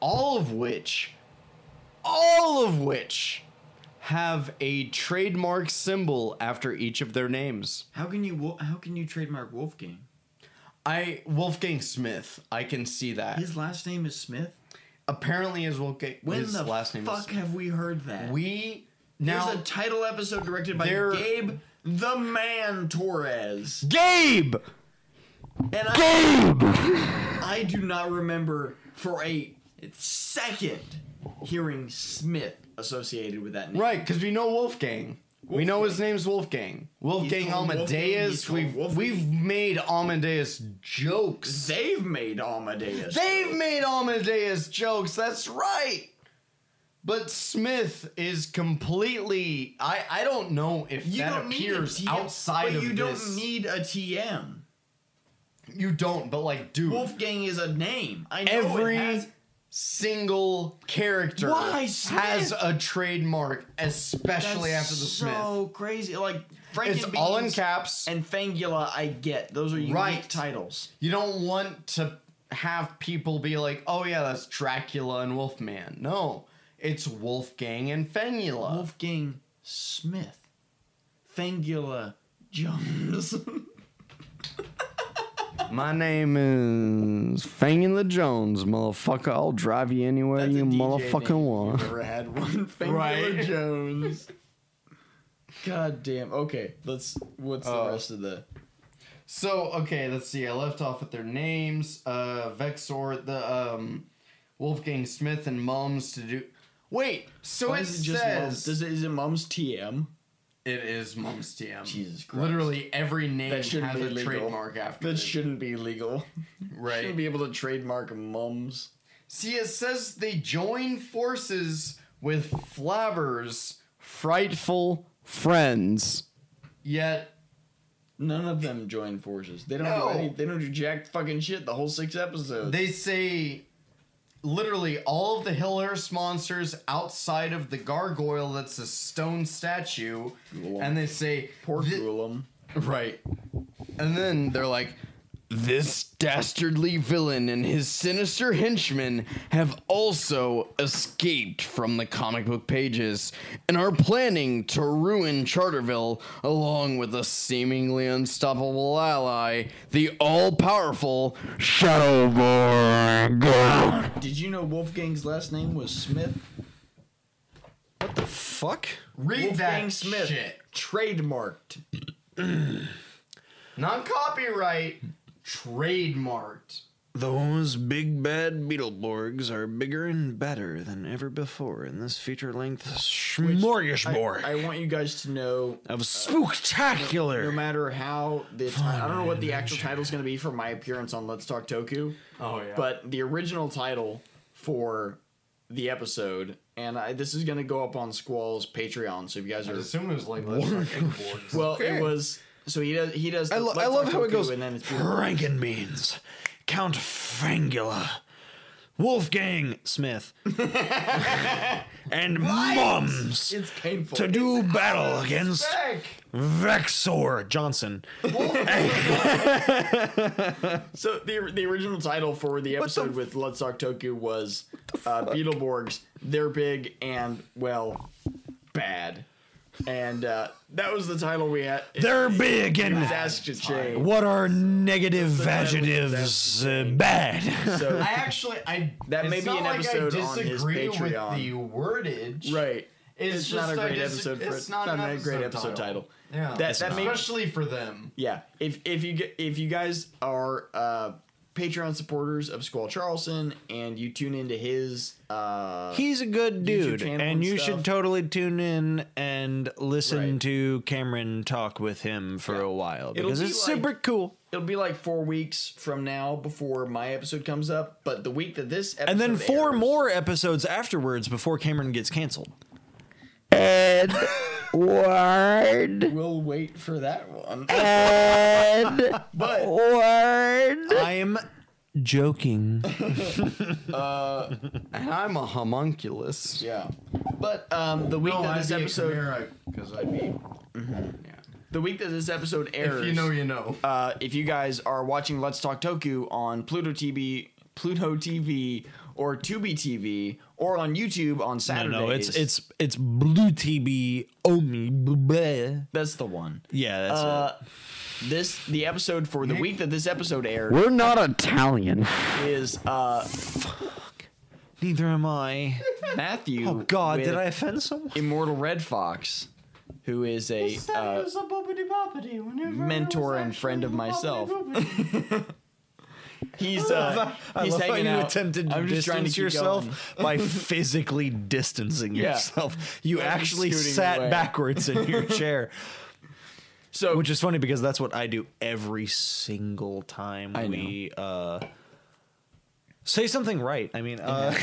[SPEAKER 4] All of which all of which have a trademark symbol after each of their names.
[SPEAKER 1] How can you wo- how can you trademark Wolfgang?
[SPEAKER 4] I Wolfgang Smith, I can see that.
[SPEAKER 1] His last name is Smith.
[SPEAKER 4] Apparently, his Wolfgang
[SPEAKER 3] When
[SPEAKER 4] his
[SPEAKER 3] the
[SPEAKER 4] last name
[SPEAKER 3] fuck
[SPEAKER 4] is.
[SPEAKER 3] have we heard that?
[SPEAKER 4] We
[SPEAKER 3] There's
[SPEAKER 4] now
[SPEAKER 3] a title episode directed by
[SPEAKER 4] There-
[SPEAKER 3] Gabe the Man Torres.
[SPEAKER 4] Gabe.
[SPEAKER 3] And I, I do not remember for a second hearing Smith associated with that name.
[SPEAKER 4] Right, because we know Wolfgang. We know his name's Wolfgang. Wolfgang
[SPEAKER 3] called Wolfgang, he's
[SPEAKER 4] Amadeus.
[SPEAKER 3] called
[SPEAKER 4] we've
[SPEAKER 3] Wolfgang.
[SPEAKER 4] we've made Amadeus jokes.
[SPEAKER 3] They've made Amadeus.
[SPEAKER 4] They've made Amadeus jokes. That's right. But Smith is completely. I I don't know if
[SPEAKER 3] you
[SPEAKER 4] that
[SPEAKER 3] don't need a
[SPEAKER 4] appears
[SPEAKER 3] TM,
[SPEAKER 4] outside
[SPEAKER 3] but
[SPEAKER 4] of
[SPEAKER 3] you don't
[SPEAKER 4] this.
[SPEAKER 3] need a TM.
[SPEAKER 4] you don't. But like, dude,
[SPEAKER 3] Wolfgang is a name. I know it
[SPEAKER 4] every
[SPEAKER 3] has-
[SPEAKER 4] single character
[SPEAKER 3] Why,
[SPEAKER 4] has
[SPEAKER 3] Smith?
[SPEAKER 4] a trademark, especially
[SPEAKER 3] That's
[SPEAKER 4] after the
[SPEAKER 3] so crazy. Like
[SPEAKER 4] Smith.
[SPEAKER 3] Frank
[SPEAKER 4] It's all in caps.
[SPEAKER 3] and Fangula. I get those are unique
[SPEAKER 4] Right.
[SPEAKER 3] titles.
[SPEAKER 4] you don't want to have people be like, "Oh yeah, that's Dracula and Wolfman." No, it's Wolfgang and Fenula.
[SPEAKER 3] Wolfgang Smith, Fangula Jones.
[SPEAKER 4] My name is Fangula Jones, motherfucker. I'll drive you anywhere
[SPEAKER 3] That's
[SPEAKER 4] you
[SPEAKER 3] a DJ
[SPEAKER 4] motherfucking
[SPEAKER 3] name.
[SPEAKER 4] want.
[SPEAKER 3] Never had one. Fangula
[SPEAKER 4] Right.
[SPEAKER 3] Jones. God damn. Okay, let's. What's
[SPEAKER 4] Oh.
[SPEAKER 3] the rest of the?
[SPEAKER 4] So, okay, let's see. I left off with their names. Uh, Vexor, the um, Wolfgang Smith, and Mums to do. Wait, so
[SPEAKER 3] Why
[SPEAKER 4] it
[SPEAKER 3] is it just
[SPEAKER 4] says
[SPEAKER 3] Mums? Does it, is it Mums TM?
[SPEAKER 4] it is Mums TM.
[SPEAKER 3] Jesus Christ.
[SPEAKER 4] Literally every name
[SPEAKER 3] That
[SPEAKER 4] has
[SPEAKER 3] shouldn't be
[SPEAKER 4] a
[SPEAKER 3] legal.
[SPEAKER 4] trademark after
[SPEAKER 3] That
[SPEAKER 4] it.
[SPEAKER 3] shouldn't be legal.
[SPEAKER 4] right.
[SPEAKER 3] Shouldn't be able to trademark Mums.
[SPEAKER 4] See, it says they join forces with Flabbers, frightful friends. Yet
[SPEAKER 3] None of them join forces. They don't
[SPEAKER 4] No.
[SPEAKER 3] do any. They don't do jack fucking shit. The whole six episodes.
[SPEAKER 4] They say literally all of the Hillhurst monsters outside of the gargoyle that's a stone statue.
[SPEAKER 3] Ghoulum.
[SPEAKER 4] And they say,
[SPEAKER 3] Poor
[SPEAKER 4] "Thi-
[SPEAKER 3] Ghoulum.
[SPEAKER 4] Right. And then they're like, this dastardly villain and his sinister henchmen have also escaped from the comic book pages and are planning to ruin Charterville along with a seemingly unstoppable ally, the all powerful Shadowborg.
[SPEAKER 3] Did you know Wolfgang's last name was Smith?
[SPEAKER 2] Fuck.
[SPEAKER 4] Read
[SPEAKER 3] Wolfgang Smith, trademarked.
[SPEAKER 4] Non copyright, trademarked.
[SPEAKER 2] Those big bad Beetleborgs are bigger and better than ever before in this feature length smorgasbord
[SPEAKER 3] I want you guys to know,
[SPEAKER 2] of spectacular.
[SPEAKER 3] no matter how the ti- I don't know what the actual title is going to be for my appearance on Let's Talk Toku.
[SPEAKER 4] Oh, yeah.
[SPEAKER 3] But the original title for the episode, and I, this is going to go up on Squall's Patreon. So if you guys are
[SPEAKER 4] assume it was like let's
[SPEAKER 3] well, it was. So he does. He does.
[SPEAKER 2] I,
[SPEAKER 3] the
[SPEAKER 2] lo- I
[SPEAKER 3] Let's
[SPEAKER 2] love
[SPEAKER 3] Talk
[SPEAKER 2] how it
[SPEAKER 3] Toku,
[SPEAKER 2] goes.
[SPEAKER 3] And then it's
[SPEAKER 2] Frankenbeans, Count Fangula, Wolfgang Smith, and Mums
[SPEAKER 3] it's painful.
[SPEAKER 2] to do battle against Vexor Johnson.
[SPEAKER 3] So the the original title for the episode with Let's Talk Toku was uh, Beetleborgs. They're big and well, bad. and uh, that was the title we had. It
[SPEAKER 2] They're big
[SPEAKER 3] was
[SPEAKER 2] and
[SPEAKER 3] asked to change.
[SPEAKER 2] what are negative adjectives? Uh, bad.
[SPEAKER 3] So
[SPEAKER 4] I actually, I
[SPEAKER 3] That may
[SPEAKER 4] it's
[SPEAKER 3] be
[SPEAKER 4] not
[SPEAKER 3] an
[SPEAKER 4] like
[SPEAKER 3] episode
[SPEAKER 4] I
[SPEAKER 3] on his
[SPEAKER 4] disagree
[SPEAKER 3] Patreon.
[SPEAKER 4] With the wordage,
[SPEAKER 3] right,
[SPEAKER 4] It's,
[SPEAKER 3] It's
[SPEAKER 4] just
[SPEAKER 3] not a
[SPEAKER 4] I
[SPEAKER 3] great
[SPEAKER 4] dis-
[SPEAKER 3] episode for-
[SPEAKER 4] It's not,
[SPEAKER 3] not
[SPEAKER 4] an
[SPEAKER 3] a great episode title.
[SPEAKER 4] Yeah,
[SPEAKER 3] That- that may-
[SPEAKER 4] especially for them.
[SPEAKER 3] yeah. If if you get- if you guys are uh, Patreon supporters of Squall Charleston and you tune into his uh,
[SPEAKER 2] He's a good
[SPEAKER 3] YouTube
[SPEAKER 2] dude,
[SPEAKER 3] channel
[SPEAKER 2] and
[SPEAKER 3] and
[SPEAKER 2] you
[SPEAKER 3] stuff.
[SPEAKER 2] should totally tune in and listen
[SPEAKER 3] Right.
[SPEAKER 2] to Cameron talk with him for a while
[SPEAKER 3] It'll
[SPEAKER 2] because
[SPEAKER 3] be
[SPEAKER 2] it's
[SPEAKER 3] like-
[SPEAKER 2] super cool.
[SPEAKER 3] It'll be like four weeks from now before my episode comes up, but the week that this episode
[SPEAKER 2] And then four
[SPEAKER 3] airs-
[SPEAKER 2] more episodes afterwards before Cameron gets canceled.
[SPEAKER 6] Edward.
[SPEAKER 3] We'll wait for that one.
[SPEAKER 6] Edward.
[SPEAKER 3] But
[SPEAKER 2] I'm joking.
[SPEAKER 4] And I'm a homunculus.
[SPEAKER 3] yeah, but um, the week
[SPEAKER 4] No,
[SPEAKER 3] that
[SPEAKER 4] I'd
[SPEAKER 3] this
[SPEAKER 4] be a
[SPEAKER 3] episode,
[SPEAKER 4] Chimera, 'cause I'd be.
[SPEAKER 3] the week that this episode airs,
[SPEAKER 4] If you know, you know.
[SPEAKER 3] uh, if you guys are watching Let's Talk Toku on Pluto TV, Pluto TV, or Tubi TV, or on YouTube on
[SPEAKER 2] I
[SPEAKER 3] Saturdays,
[SPEAKER 2] no, it's it's it's blue oh TB Omi. bleh.
[SPEAKER 3] that's the one.
[SPEAKER 2] Yeah, that's
[SPEAKER 3] Uh, this the episode for the week that this episode airs
[SPEAKER 6] We're not Italian.
[SPEAKER 3] is uh,
[SPEAKER 2] it. Neither am I.
[SPEAKER 3] Matthew.
[SPEAKER 2] Oh God,
[SPEAKER 3] with-
[SPEAKER 2] did I offend someone?
[SPEAKER 3] Immortal Red Fox, who is a uh, mentor and friend of myself. he's uh,
[SPEAKER 2] I
[SPEAKER 3] he's
[SPEAKER 2] love how
[SPEAKER 3] hanging
[SPEAKER 2] you
[SPEAKER 3] out.
[SPEAKER 2] attempted to
[SPEAKER 3] I'm just trying to
[SPEAKER 2] distance
[SPEAKER 3] keep
[SPEAKER 2] yourself by physically distancing
[SPEAKER 3] Yeah.
[SPEAKER 2] yourself. You
[SPEAKER 3] I'm just
[SPEAKER 2] actually
[SPEAKER 3] scooting
[SPEAKER 2] sat
[SPEAKER 3] away.
[SPEAKER 2] backwards in your chair,
[SPEAKER 3] so
[SPEAKER 2] which is funny because that's what I do every single time
[SPEAKER 3] I know.
[SPEAKER 2] we uh, say something right. I mean, uh,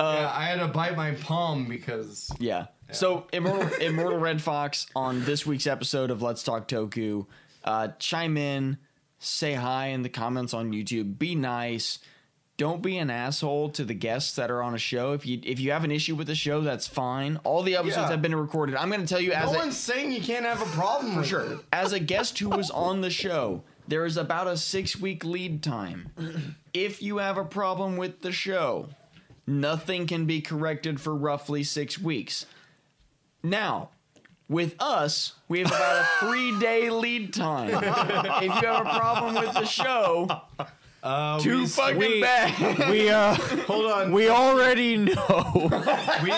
[SPEAKER 4] yeah, I had to bite my palm because
[SPEAKER 3] yeah. So Immortal Immortal Red Fox on this week's episode of Let's Talk Toku, uh, chime in, say hi in the comments on YouTube. Be nice. Don't be an asshole to the guests that are on a show. If you if you have an issue with the show, that's fine. All the episodes
[SPEAKER 4] Yeah.
[SPEAKER 3] have been recorded. I'm going to tell you as
[SPEAKER 4] no
[SPEAKER 3] a-
[SPEAKER 4] one's saying you can't have a problem for sure.
[SPEAKER 3] as a guest who was on the show, there is about a six week lead time. If you have a problem with the show, nothing can be corrected for roughly six weeks. Now, with us, we have about a three day lead time. if you have a problem with the show,
[SPEAKER 4] Uh,
[SPEAKER 3] too
[SPEAKER 4] we-
[SPEAKER 3] fucking
[SPEAKER 2] we-
[SPEAKER 3] bad.
[SPEAKER 2] we uh,
[SPEAKER 4] Hold on.
[SPEAKER 2] we already know.
[SPEAKER 4] we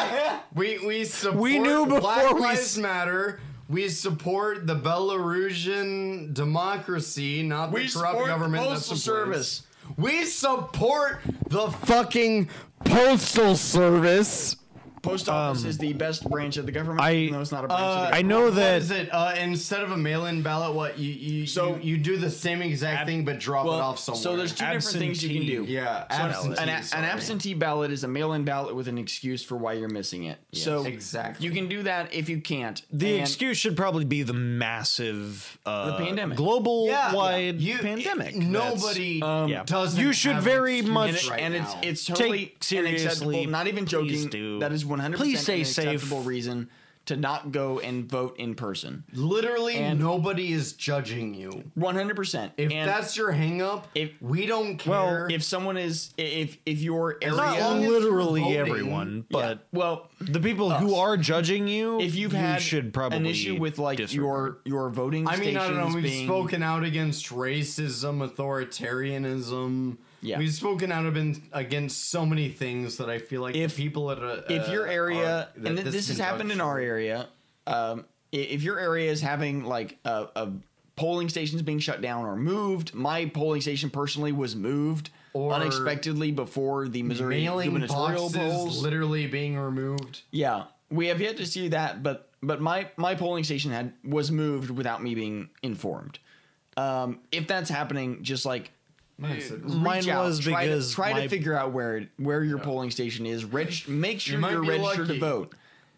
[SPEAKER 4] we we support
[SPEAKER 2] We knew before
[SPEAKER 4] Black
[SPEAKER 2] we
[SPEAKER 4] Lives
[SPEAKER 2] s-
[SPEAKER 4] Matter. We support the Belarusian democracy, not the corrupt government. that
[SPEAKER 3] Postal
[SPEAKER 4] supports-
[SPEAKER 3] Service.
[SPEAKER 4] We support the fucking postal service.
[SPEAKER 3] Post office is the best branch of the government.
[SPEAKER 2] Um, I- um,
[SPEAKER 3] no, it's not a branch. of the
[SPEAKER 2] I know
[SPEAKER 4] What
[SPEAKER 2] that
[SPEAKER 4] is it? Uh, instead of a mail-in ballot, what you you
[SPEAKER 3] So-
[SPEAKER 4] you, you do the same exact thing but drop
[SPEAKER 3] Well,
[SPEAKER 4] it off somewhere.
[SPEAKER 3] So there's two different things you can do.
[SPEAKER 2] Absentee.
[SPEAKER 4] yeah absentee.
[SPEAKER 3] an, a- an
[SPEAKER 4] sorry.
[SPEAKER 3] absentee ballot is a mail-in ballot with an excuse for why you're missing it. So
[SPEAKER 4] Exactly.
[SPEAKER 3] you can do that if you can't.
[SPEAKER 2] The
[SPEAKER 3] And
[SPEAKER 2] excuse should probably be the massive uh,
[SPEAKER 3] pandemic.
[SPEAKER 2] global
[SPEAKER 4] Yeah,
[SPEAKER 2] wide
[SPEAKER 4] you-
[SPEAKER 2] pandemic.
[SPEAKER 4] Nobody
[SPEAKER 3] um,
[SPEAKER 2] yeah.
[SPEAKER 4] does.
[SPEAKER 2] You should very
[SPEAKER 3] and,
[SPEAKER 2] much-
[SPEAKER 3] it-
[SPEAKER 4] right
[SPEAKER 3] and
[SPEAKER 4] now.
[SPEAKER 3] it's it's totally
[SPEAKER 2] Take seriously,
[SPEAKER 3] unacceptable. Not even
[SPEAKER 2] please
[SPEAKER 3] joking.
[SPEAKER 2] do.
[SPEAKER 3] That is 100
[SPEAKER 2] Please
[SPEAKER 3] percent
[SPEAKER 2] stay
[SPEAKER 3] an
[SPEAKER 2] safe.
[SPEAKER 3] acceptable reason to not go and vote in person.
[SPEAKER 4] Literally,
[SPEAKER 3] And-
[SPEAKER 4] nobody is judging you.
[SPEAKER 3] 100. percent
[SPEAKER 4] If
[SPEAKER 3] and
[SPEAKER 4] that's your hangup,
[SPEAKER 3] if-
[SPEAKER 4] we don't care.
[SPEAKER 2] Well,
[SPEAKER 3] if someone is if if your area
[SPEAKER 2] Not
[SPEAKER 4] long as you're
[SPEAKER 2] literally
[SPEAKER 4] voting-
[SPEAKER 2] everyone, but
[SPEAKER 3] well
[SPEAKER 2] the people who are judging you,
[SPEAKER 3] if you've
[SPEAKER 2] you
[SPEAKER 3] had
[SPEAKER 2] should probably
[SPEAKER 3] an issue with like
[SPEAKER 2] disregard.
[SPEAKER 3] your your voting
[SPEAKER 4] I mean, I don't know.
[SPEAKER 3] stations
[SPEAKER 4] We've
[SPEAKER 3] being,
[SPEAKER 4] spoken out against racism, authoritarianism.
[SPEAKER 3] Yeah.
[SPEAKER 4] We've spoken out abin- against so many things that I feel like
[SPEAKER 3] If-
[SPEAKER 4] the people at a,
[SPEAKER 3] if your
[SPEAKER 4] uh,
[SPEAKER 3] area
[SPEAKER 4] are- that
[SPEAKER 3] and this, has
[SPEAKER 4] can
[SPEAKER 3] happened
[SPEAKER 4] judge
[SPEAKER 3] in our
[SPEAKER 4] you.
[SPEAKER 3] area um, i- if your area is having like a, a polling stations being shut down or moved my polling station personally was moved
[SPEAKER 4] Or
[SPEAKER 3] unexpectedly before the missouri
[SPEAKER 4] mailing
[SPEAKER 3] gubernatorial
[SPEAKER 4] boxes
[SPEAKER 3] polls
[SPEAKER 4] literally being removed.
[SPEAKER 3] yeah we have yet to see that but but my my polling station had was moved without me being informed um, if that's happening just like
[SPEAKER 4] Nice. It was-
[SPEAKER 2] Mine
[SPEAKER 3] reach out,
[SPEAKER 2] was
[SPEAKER 3] try to-
[SPEAKER 2] because
[SPEAKER 3] try to,
[SPEAKER 2] my-
[SPEAKER 3] figure out where it- where your polling station is. Reg- make sure you
[SPEAKER 4] might
[SPEAKER 3] are
[SPEAKER 4] be
[SPEAKER 3] registered
[SPEAKER 4] lucky.
[SPEAKER 3] to vote.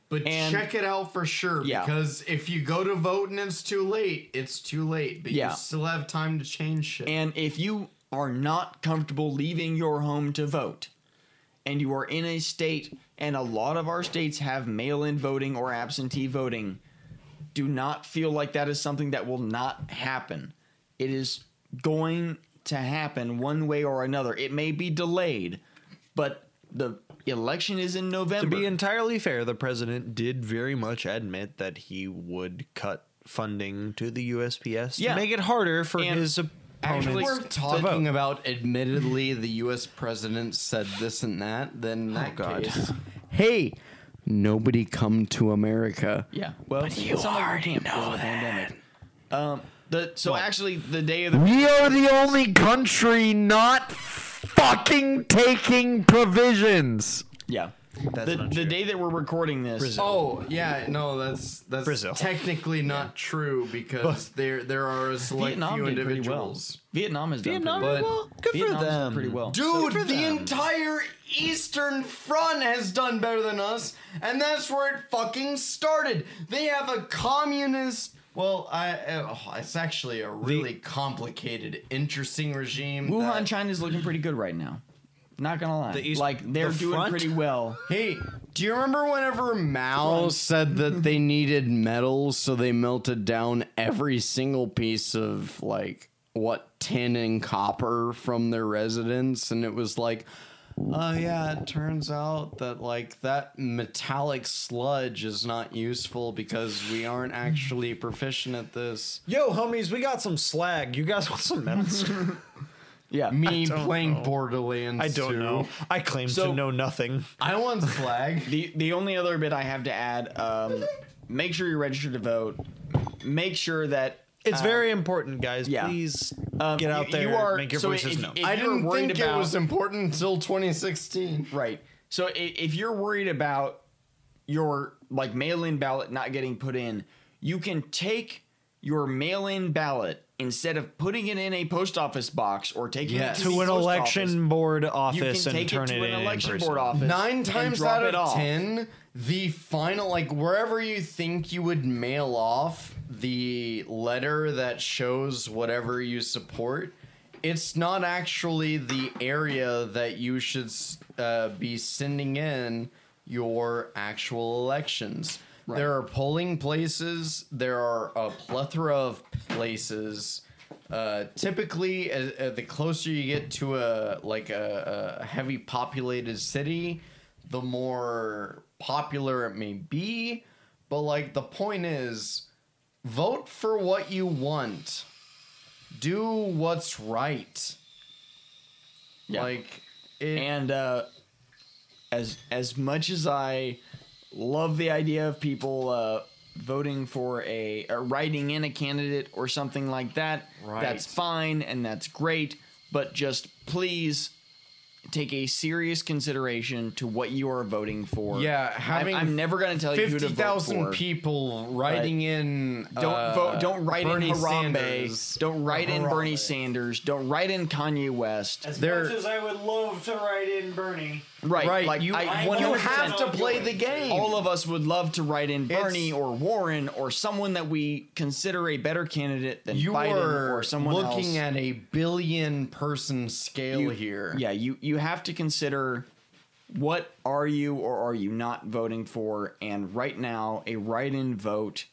[SPEAKER 4] But
[SPEAKER 3] And-
[SPEAKER 4] check it out for sure
[SPEAKER 3] Yeah.
[SPEAKER 4] because if you go to vote and it's too late, it's too late. But
[SPEAKER 3] Yeah.
[SPEAKER 4] you still have time to change shit.
[SPEAKER 3] And if you are not comfortable leaving your home to vote, and you are in a state, and a lot of our states have mail in voting or absentee voting, do not feel like that is something that will not happen. It is going to happen one way or another. It may be delayed, but the election is in
[SPEAKER 2] To
[SPEAKER 3] November.
[SPEAKER 2] be entirely fair, the president did very much admit that he would cut funding to the USPS
[SPEAKER 3] Yeah.
[SPEAKER 2] to make it harder for
[SPEAKER 3] And
[SPEAKER 2] his opponents.
[SPEAKER 4] Actually,
[SPEAKER 2] to
[SPEAKER 4] we're talking
[SPEAKER 2] vote.
[SPEAKER 4] about admittedly the U.S. president said this and that. Then oh, in
[SPEAKER 3] Oh,
[SPEAKER 4] that
[SPEAKER 2] God.
[SPEAKER 4] case, hey, nobody come to America.
[SPEAKER 3] yeah. Well, but you already know that. Um, the, so actually, the day of the
[SPEAKER 6] We are the only country not fucking taking provisions.
[SPEAKER 3] yeah,
[SPEAKER 2] That's
[SPEAKER 3] the,
[SPEAKER 2] not
[SPEAKER 3] the
[SPEAKER 2] true.
[SPEAKER 3] day that we're recording this,
[SPEAKER 2] Brazil.
[SPEAKER 4] Oh yeah, no, that's that's
[SPEAKER 2] Brazil.
[SPEAKER 4] technically not true because there there are a select
[SPEAKER 3] Vietnam
[SPEAKER 4] few
[SPEAKER 3] did pretty well.
[SPEAKER 4] individuals.
[SPEAKER 3] Vietnam has done
[SPEAKER 2] Vietnam
[SPEAKER 3] pretty
[SPEAKER 4] did
[SPEAKER 3] well.
[SPEAKER 4] well?
[SPEAKER 2] Good for
[SPEAKER 3] Vietnam's done
[SPEAKER 2] them.
[SPEAKER 3] pretty well.
[SPEAKER 4] Dude, the entire Eastern Front has done better than us, and that's where it fucking started. They have a communist. Well, I oh, it's actually a really complicated, interesting regime.
[SPEAKER 3] Wuhan,
[SPEAKER 4] that-
[SPEAKER 3] China's looking pretty good right now. Not gonna lie,
[SPEAKER 2] The East-
[SPEAKER 3] like they're
[SPEAKER 2] the
[SPEAKER 3] doing
[SPEAKER 2] front?
[SPEAKER 3] pretty well.
[SPEAKER 4] Hey, do you remember whenever Mao said that they needed metals, so they melted down every single piece of like what tin and copper from their residence, and it was like, oh yeah, it turns out that like that metallic sludge is not useful because we aren't actually proficient at this.
[SPEAKER 2] Yo, homies, we got some slag. You guys want some medals?
[SPEAKER 3] Yeah,
[SPEAKER 4] Me
[SPEAKER 2] don't
[SPEAKER 4] playing
[SPEAKER 2] know.
[SPEAKER 4] Borderlands.
[SPEAKER 2] I don't
[SPEAKER 4] 2.
[SPEAKER 2] know. I claim
[SPEAKER 3] So-
[SPEAKER 2] to know nothing.
[SPEAKER 4] I want flag.
[SPEAKER 3] The the only other bit I have to add, um, make sure you're registered to vote. Make sure that
[SPEAKER 2] It's very important, guys.
[SPEAKER 3] yeah.
[SPEAKER 2] Please
[SPEAKER 3] um,
[SPEAKER 2] get out
[SPEAKER 3] you-
[SPEAKER 2] there.
[SPEAKER 3] You are,
[SPEAKER 2] make your
[SPEAKER 3] so
[SPEAKER 2] voices
[SPEAKER 3] if,
[SPEAKER 2] known.
[SPEAKER 3] If
[SPEAKER 4] I
[SPEAKER 3] you're
[SPEAKER 4] didn't
[SPEAKER 3] worried
[SPEAKER 4] think
[SPEAKER 3] about,
[SPEAKER 4] it was important until 2016.
[SPEAKER 3] right. So i- if you're worried about your like mail-in ballot not getting put in, you can take your mail-in ballot instead of putting it in a post office box or taking
[SPEAKER 4] Yes.
[SPEAKER 3] it to,
[SPEAKER 2] to
[SPEAKER 3] the
[SPEAKER 2] an
[SPEAKER 3] post
[SPEAKER 2] election
[SPEAKER 3] office,
[SPEAKER 2] board
[SPEAKER 3] You can
[SPEAKER 2] office and
[SPEAKER 3] take
[SPEAKER 2] turn
[SPEAKER 3] it
[SPEAKER 2] it, in.
[SPEAKER 3] to an
[SPEAKER 2] in
[SPEAKER 3] election
[SPEAKER 2] person.
[SPEAKER 3] board office.
[SPEAKER 4] Nine
[SPEAKER 3] and
[SPEAKER 4] times
[SPEAKER 3] drop
[SPEAKER 4] out
[SPEAKER 3] it
[SPEAKER 4] of
[SPEAKER 3] off.
[SPEAKER 4] ten, the final like wherever you think you would mail off the letter that shows whatever you support, it's not actually the area that you should s- uh, be sending in your actual elections. There are polling places. There are a plethora of places. Uh, typically, uh, uh, the closer you get to a like a, a heavy populated city, the more popular it may be. But like the point is, vote for what you want. Do what's right.
[SPEAKER 3] Yeah.
[SPEAKER 4] Like it,
[SPEAKER 3] And uh, as as much as I love the idea of people uh, voting for a or writing in a candidate or something like that, that's fine and that's great. But just please take a serious consideration to what you are voting for.
[SPEAKER 4] Yeah,
[SPEAKER 3] I'm-
[SPEAKER 4] having
[SPEAKER 3] I'm, never going to tell you who
[SPEAKER 4] fifty
[SPEAKER 3] to vote for.
[SPEAKER 4] thousand people writing in.
[SPEAKER 3] Don't
[SPEAKER 4] uh,
[SPEAKER 3] vote. Don't write
[SPEAKER 4] Bernie
[SPEAKER 3] in Harambe.
[SPEAKER 4] Sanders.
[SPEAKER 3] Don't write in Bernie Sanders. Don't write in Kanye West.
[SPEAKER 7] As
[SPEAKER 4] There-
[SPEAKER 7] much as I would love to write in Bernie,
[SPEAKER 3] Right.
[SPEAKER 4] Right,
[SPEAKER 3] Like
[SPEAKER 4] you-
[SPEAKER 3] I,
[SPEAKER 4] you
[SPEAKER 3] 100%
[SPEAKER 4] have to play the game.
[SPEAKER 3] all of us would love to write in Bernie
[SPEAKER 4] It's-
[SPEAKER 3] or Warren or someone that we consider a better candidate than
[SPEAKER 4] You
[SPEAKER 3] Biden
[SPEAKER 4] are
[SPEAKER 3] or someone
[SPEAKER 4] looking at
[SPEAKER 3] else.
[SPEAKER 4] a billion person scale
[SPEAKER 3] You-
[SPEAKER 4] here.
[SPEAKER 3] Yeah, you you have to consider what are you or are you not voting for, and right now a write-in vote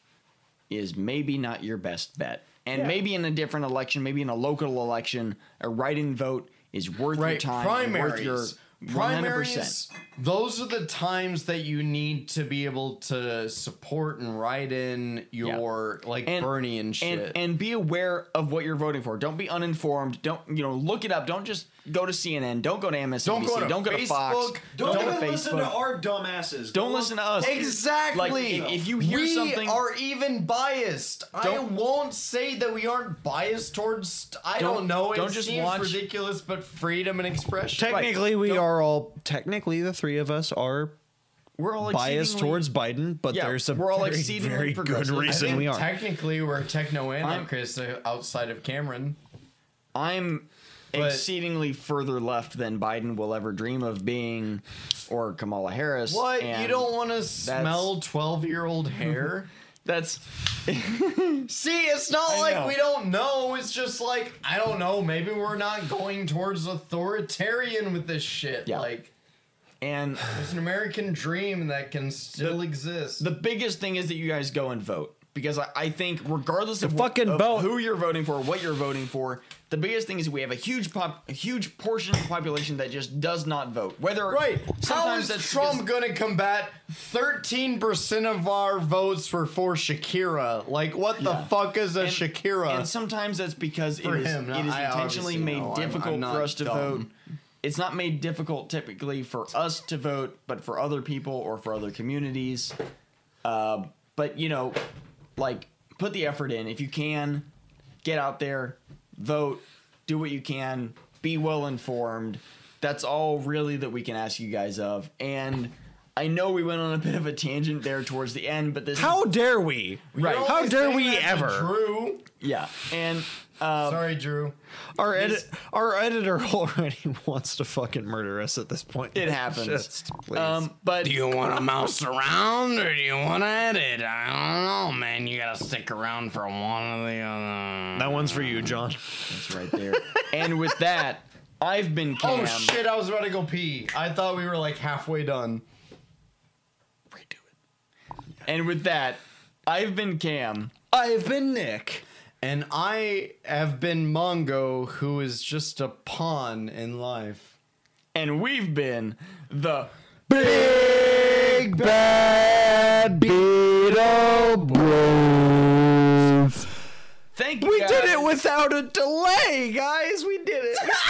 [SPEAKER 3] is maybe not your best bet. And maybe in a different election, maybe in a local election, a write-in vote is worth your
[SPEAKER 4] right.
[SPEAKER 3] time, and worth
[SPEAKER 4] Primaries.
[SPEAKER 3] your 100 percent.
[SPEAKER 4] primaries. Those are the times that you need to be able to support and write in your like Bernie and shit.
[SPEAKER 3] And, and be aware of what you're voting for. Don't be uninformed. Don't you know? Look it up. Don't just go to CNN. Don't go to MSNBC. Don't go to, Fox.
[SPEAKER 4] Facebook.
[SPEAKER 7] don't,
[SPEAKER 3] go to
[SPEAKER 7] even listen to
[SPEAKER 3] Facebook.
[SPEAKER 7] our dumbasses.
[SPEAKER 3] Don't listen to us.
[SPEAKER 4] Exactly.
[SPEAKER 3] Like, if- if you hear
[SPEAKER 4] we
[SPEAKER 3] something-
[SPEAKER 4] are even biased. I
[SPEAKER 3] Don't-
[SPEAKER 4] won't say that we aren't biased towards. I don't,
[SPEAKER 3] Don't-
[SPEAKER 4] know. It
[SPEAKER 3] don't just
[SPEAKER 4] seems
[SPEAKER 3] watch-
[SPEAKER 4] ridiculous, but freedom and expression.
[SPEAKER 2] Technically, we are all. Technically, the three of us are
[SPEAKER 3] We're all
[SPEAKER 2] biased
[SPEAKER 3] exceedingly-
[SPEAKER 2] towards Biden, but
[SPEAKER 3] Yeah,
[SPEAKER 2] there's a
[SPEAKER 3] we're all
[SPEAKER 2] very,
[SPEAKER 3] exceedingly
[SPEAKER 2] very good
[SPEAKER 3] progressive. I
[SPEAKER 2] reason
[SPEAKER 3] think
[SPEAKER 2] we are.
[SPEAKER 4] Technically, we're techno anarchists uh, outside of Cameron.
[SPEAKER 3] I'm
[SPEAKER 4] But-
[SPEAKER 3] exceedingly further left than Biden will ever dream of being, or Kamala Harris.
[SPEAKER 4] What? you
[SPEAKER 3] and
[SPEAKER 4] don't want to smell twelve-year-old hair?
[SPEAKER 3] That's
[SPEAKER 4] See, it's not
[SPEAKER 3] I
[SPEAKER 4] like
[SPEAKER 3] know.
[SPEAKER 4] we don't know. It's just like I don't know. Maybe we're not going towards authoritarian with this shit.
[SPEAKER 3] Yeah.
[SPEAKER 4] Like.
[SPEAKER 3] and
[SPEAKER 4] It's an American dream that can still exist.
[SPEAKER 3] the biggest thing is that you guys go and vote.
[SPEAKER 1] because I, I think regardless of, wh-
[SPEAKER 3] fucking
[SPEAKER 1] of
[SPEAKER 3] vote.
[SPEAKER 1] who you're voting for, what you're voting for, the biggest thing is we have a huge pop, a huge portion of the population that just does not vote. Whether
[SPEAKER 4] Right. How
[SPEAKER 1] sometimes
[SPEAKER 4] is
[SPEAKER 1] that's
[SPEAKER 4] Trump going to combat 13% of our votes were for Shakira? Like, what the fuck is a Shakira?
[SPEAKER 1] And sometimes that's because it
[SPEAKER 4] Uh, For
[SPEAKER 1] is,
[SPEAKER 4] him,
[SPEAKER 1] it is
[SPEAKER 4] I
[SPEAKER 1] intentionally
[SPEAKER 4] obviously
[SPEAKER 1] made
[SPEAKER 4] know. I'm-
[SPEAKER 1] difficult
[SPEAKER 4] I'm not
[SPEAKER 1] for us to
[SPEAKER 4] dumb.
[SPEAKER 1] vote. It's not made difficult typically for us to vote, but for other people or for other communities. Uh, but you know, like put the effort in if you can. Get out there, vote, do what you can, be well informed. That's all really that we can ask you guys of. And I know we went on a bit of a tangent there towards the end, but this is-
[SPEAKER 3] How dare we?
[SPEAKER 1] right?
[SPEAKER 4] You're
[SPEAKER 3] How
[SPEAKER 4] always
[SPEAKER 3] dare
[SPEAKER 4] saying
[SPEAKER 3] we
[SPEAKER 4] that to
[SPEAKER 3] ever?
[SPEAKER 4] Drew.
[SPEAKER 1] yeah, and uh,
[SPEAKER 4] Sorry, Drew.
[SPEAKER 3] Our edit, our editor already wants to fucking murder us at this point.
[SPEAKER 1] It happens.
[SPEAKER 3] Just, please.
[SPEAKER 1] Um, but
[SPEAKER 2] Do you want to mouse around or do you want to edit? I don't know, man. You gotta stick around for one or the other.
[SPEAKER 3] that one's for you, John.
[SPEAKER 1] it's right there. and with that, I've been Cam.
[SPEAKER 4] Oh, shit. I was about to go pee. I thought we were like halfway done.
[SPEAKER 1] And with that, I've been Cam.
[SPEAKER 3] I've been Nick.
[SPEAKER 4] And I have been Mongo, who is just a pawn in life.
[SPEAKER 1] And we've been the
[SPEAKER 8] Big Bad Beetle Bros.
[SPEAKER 1] thank you. We
[SPEAKER 3] Did it without a delay, guys. We did it.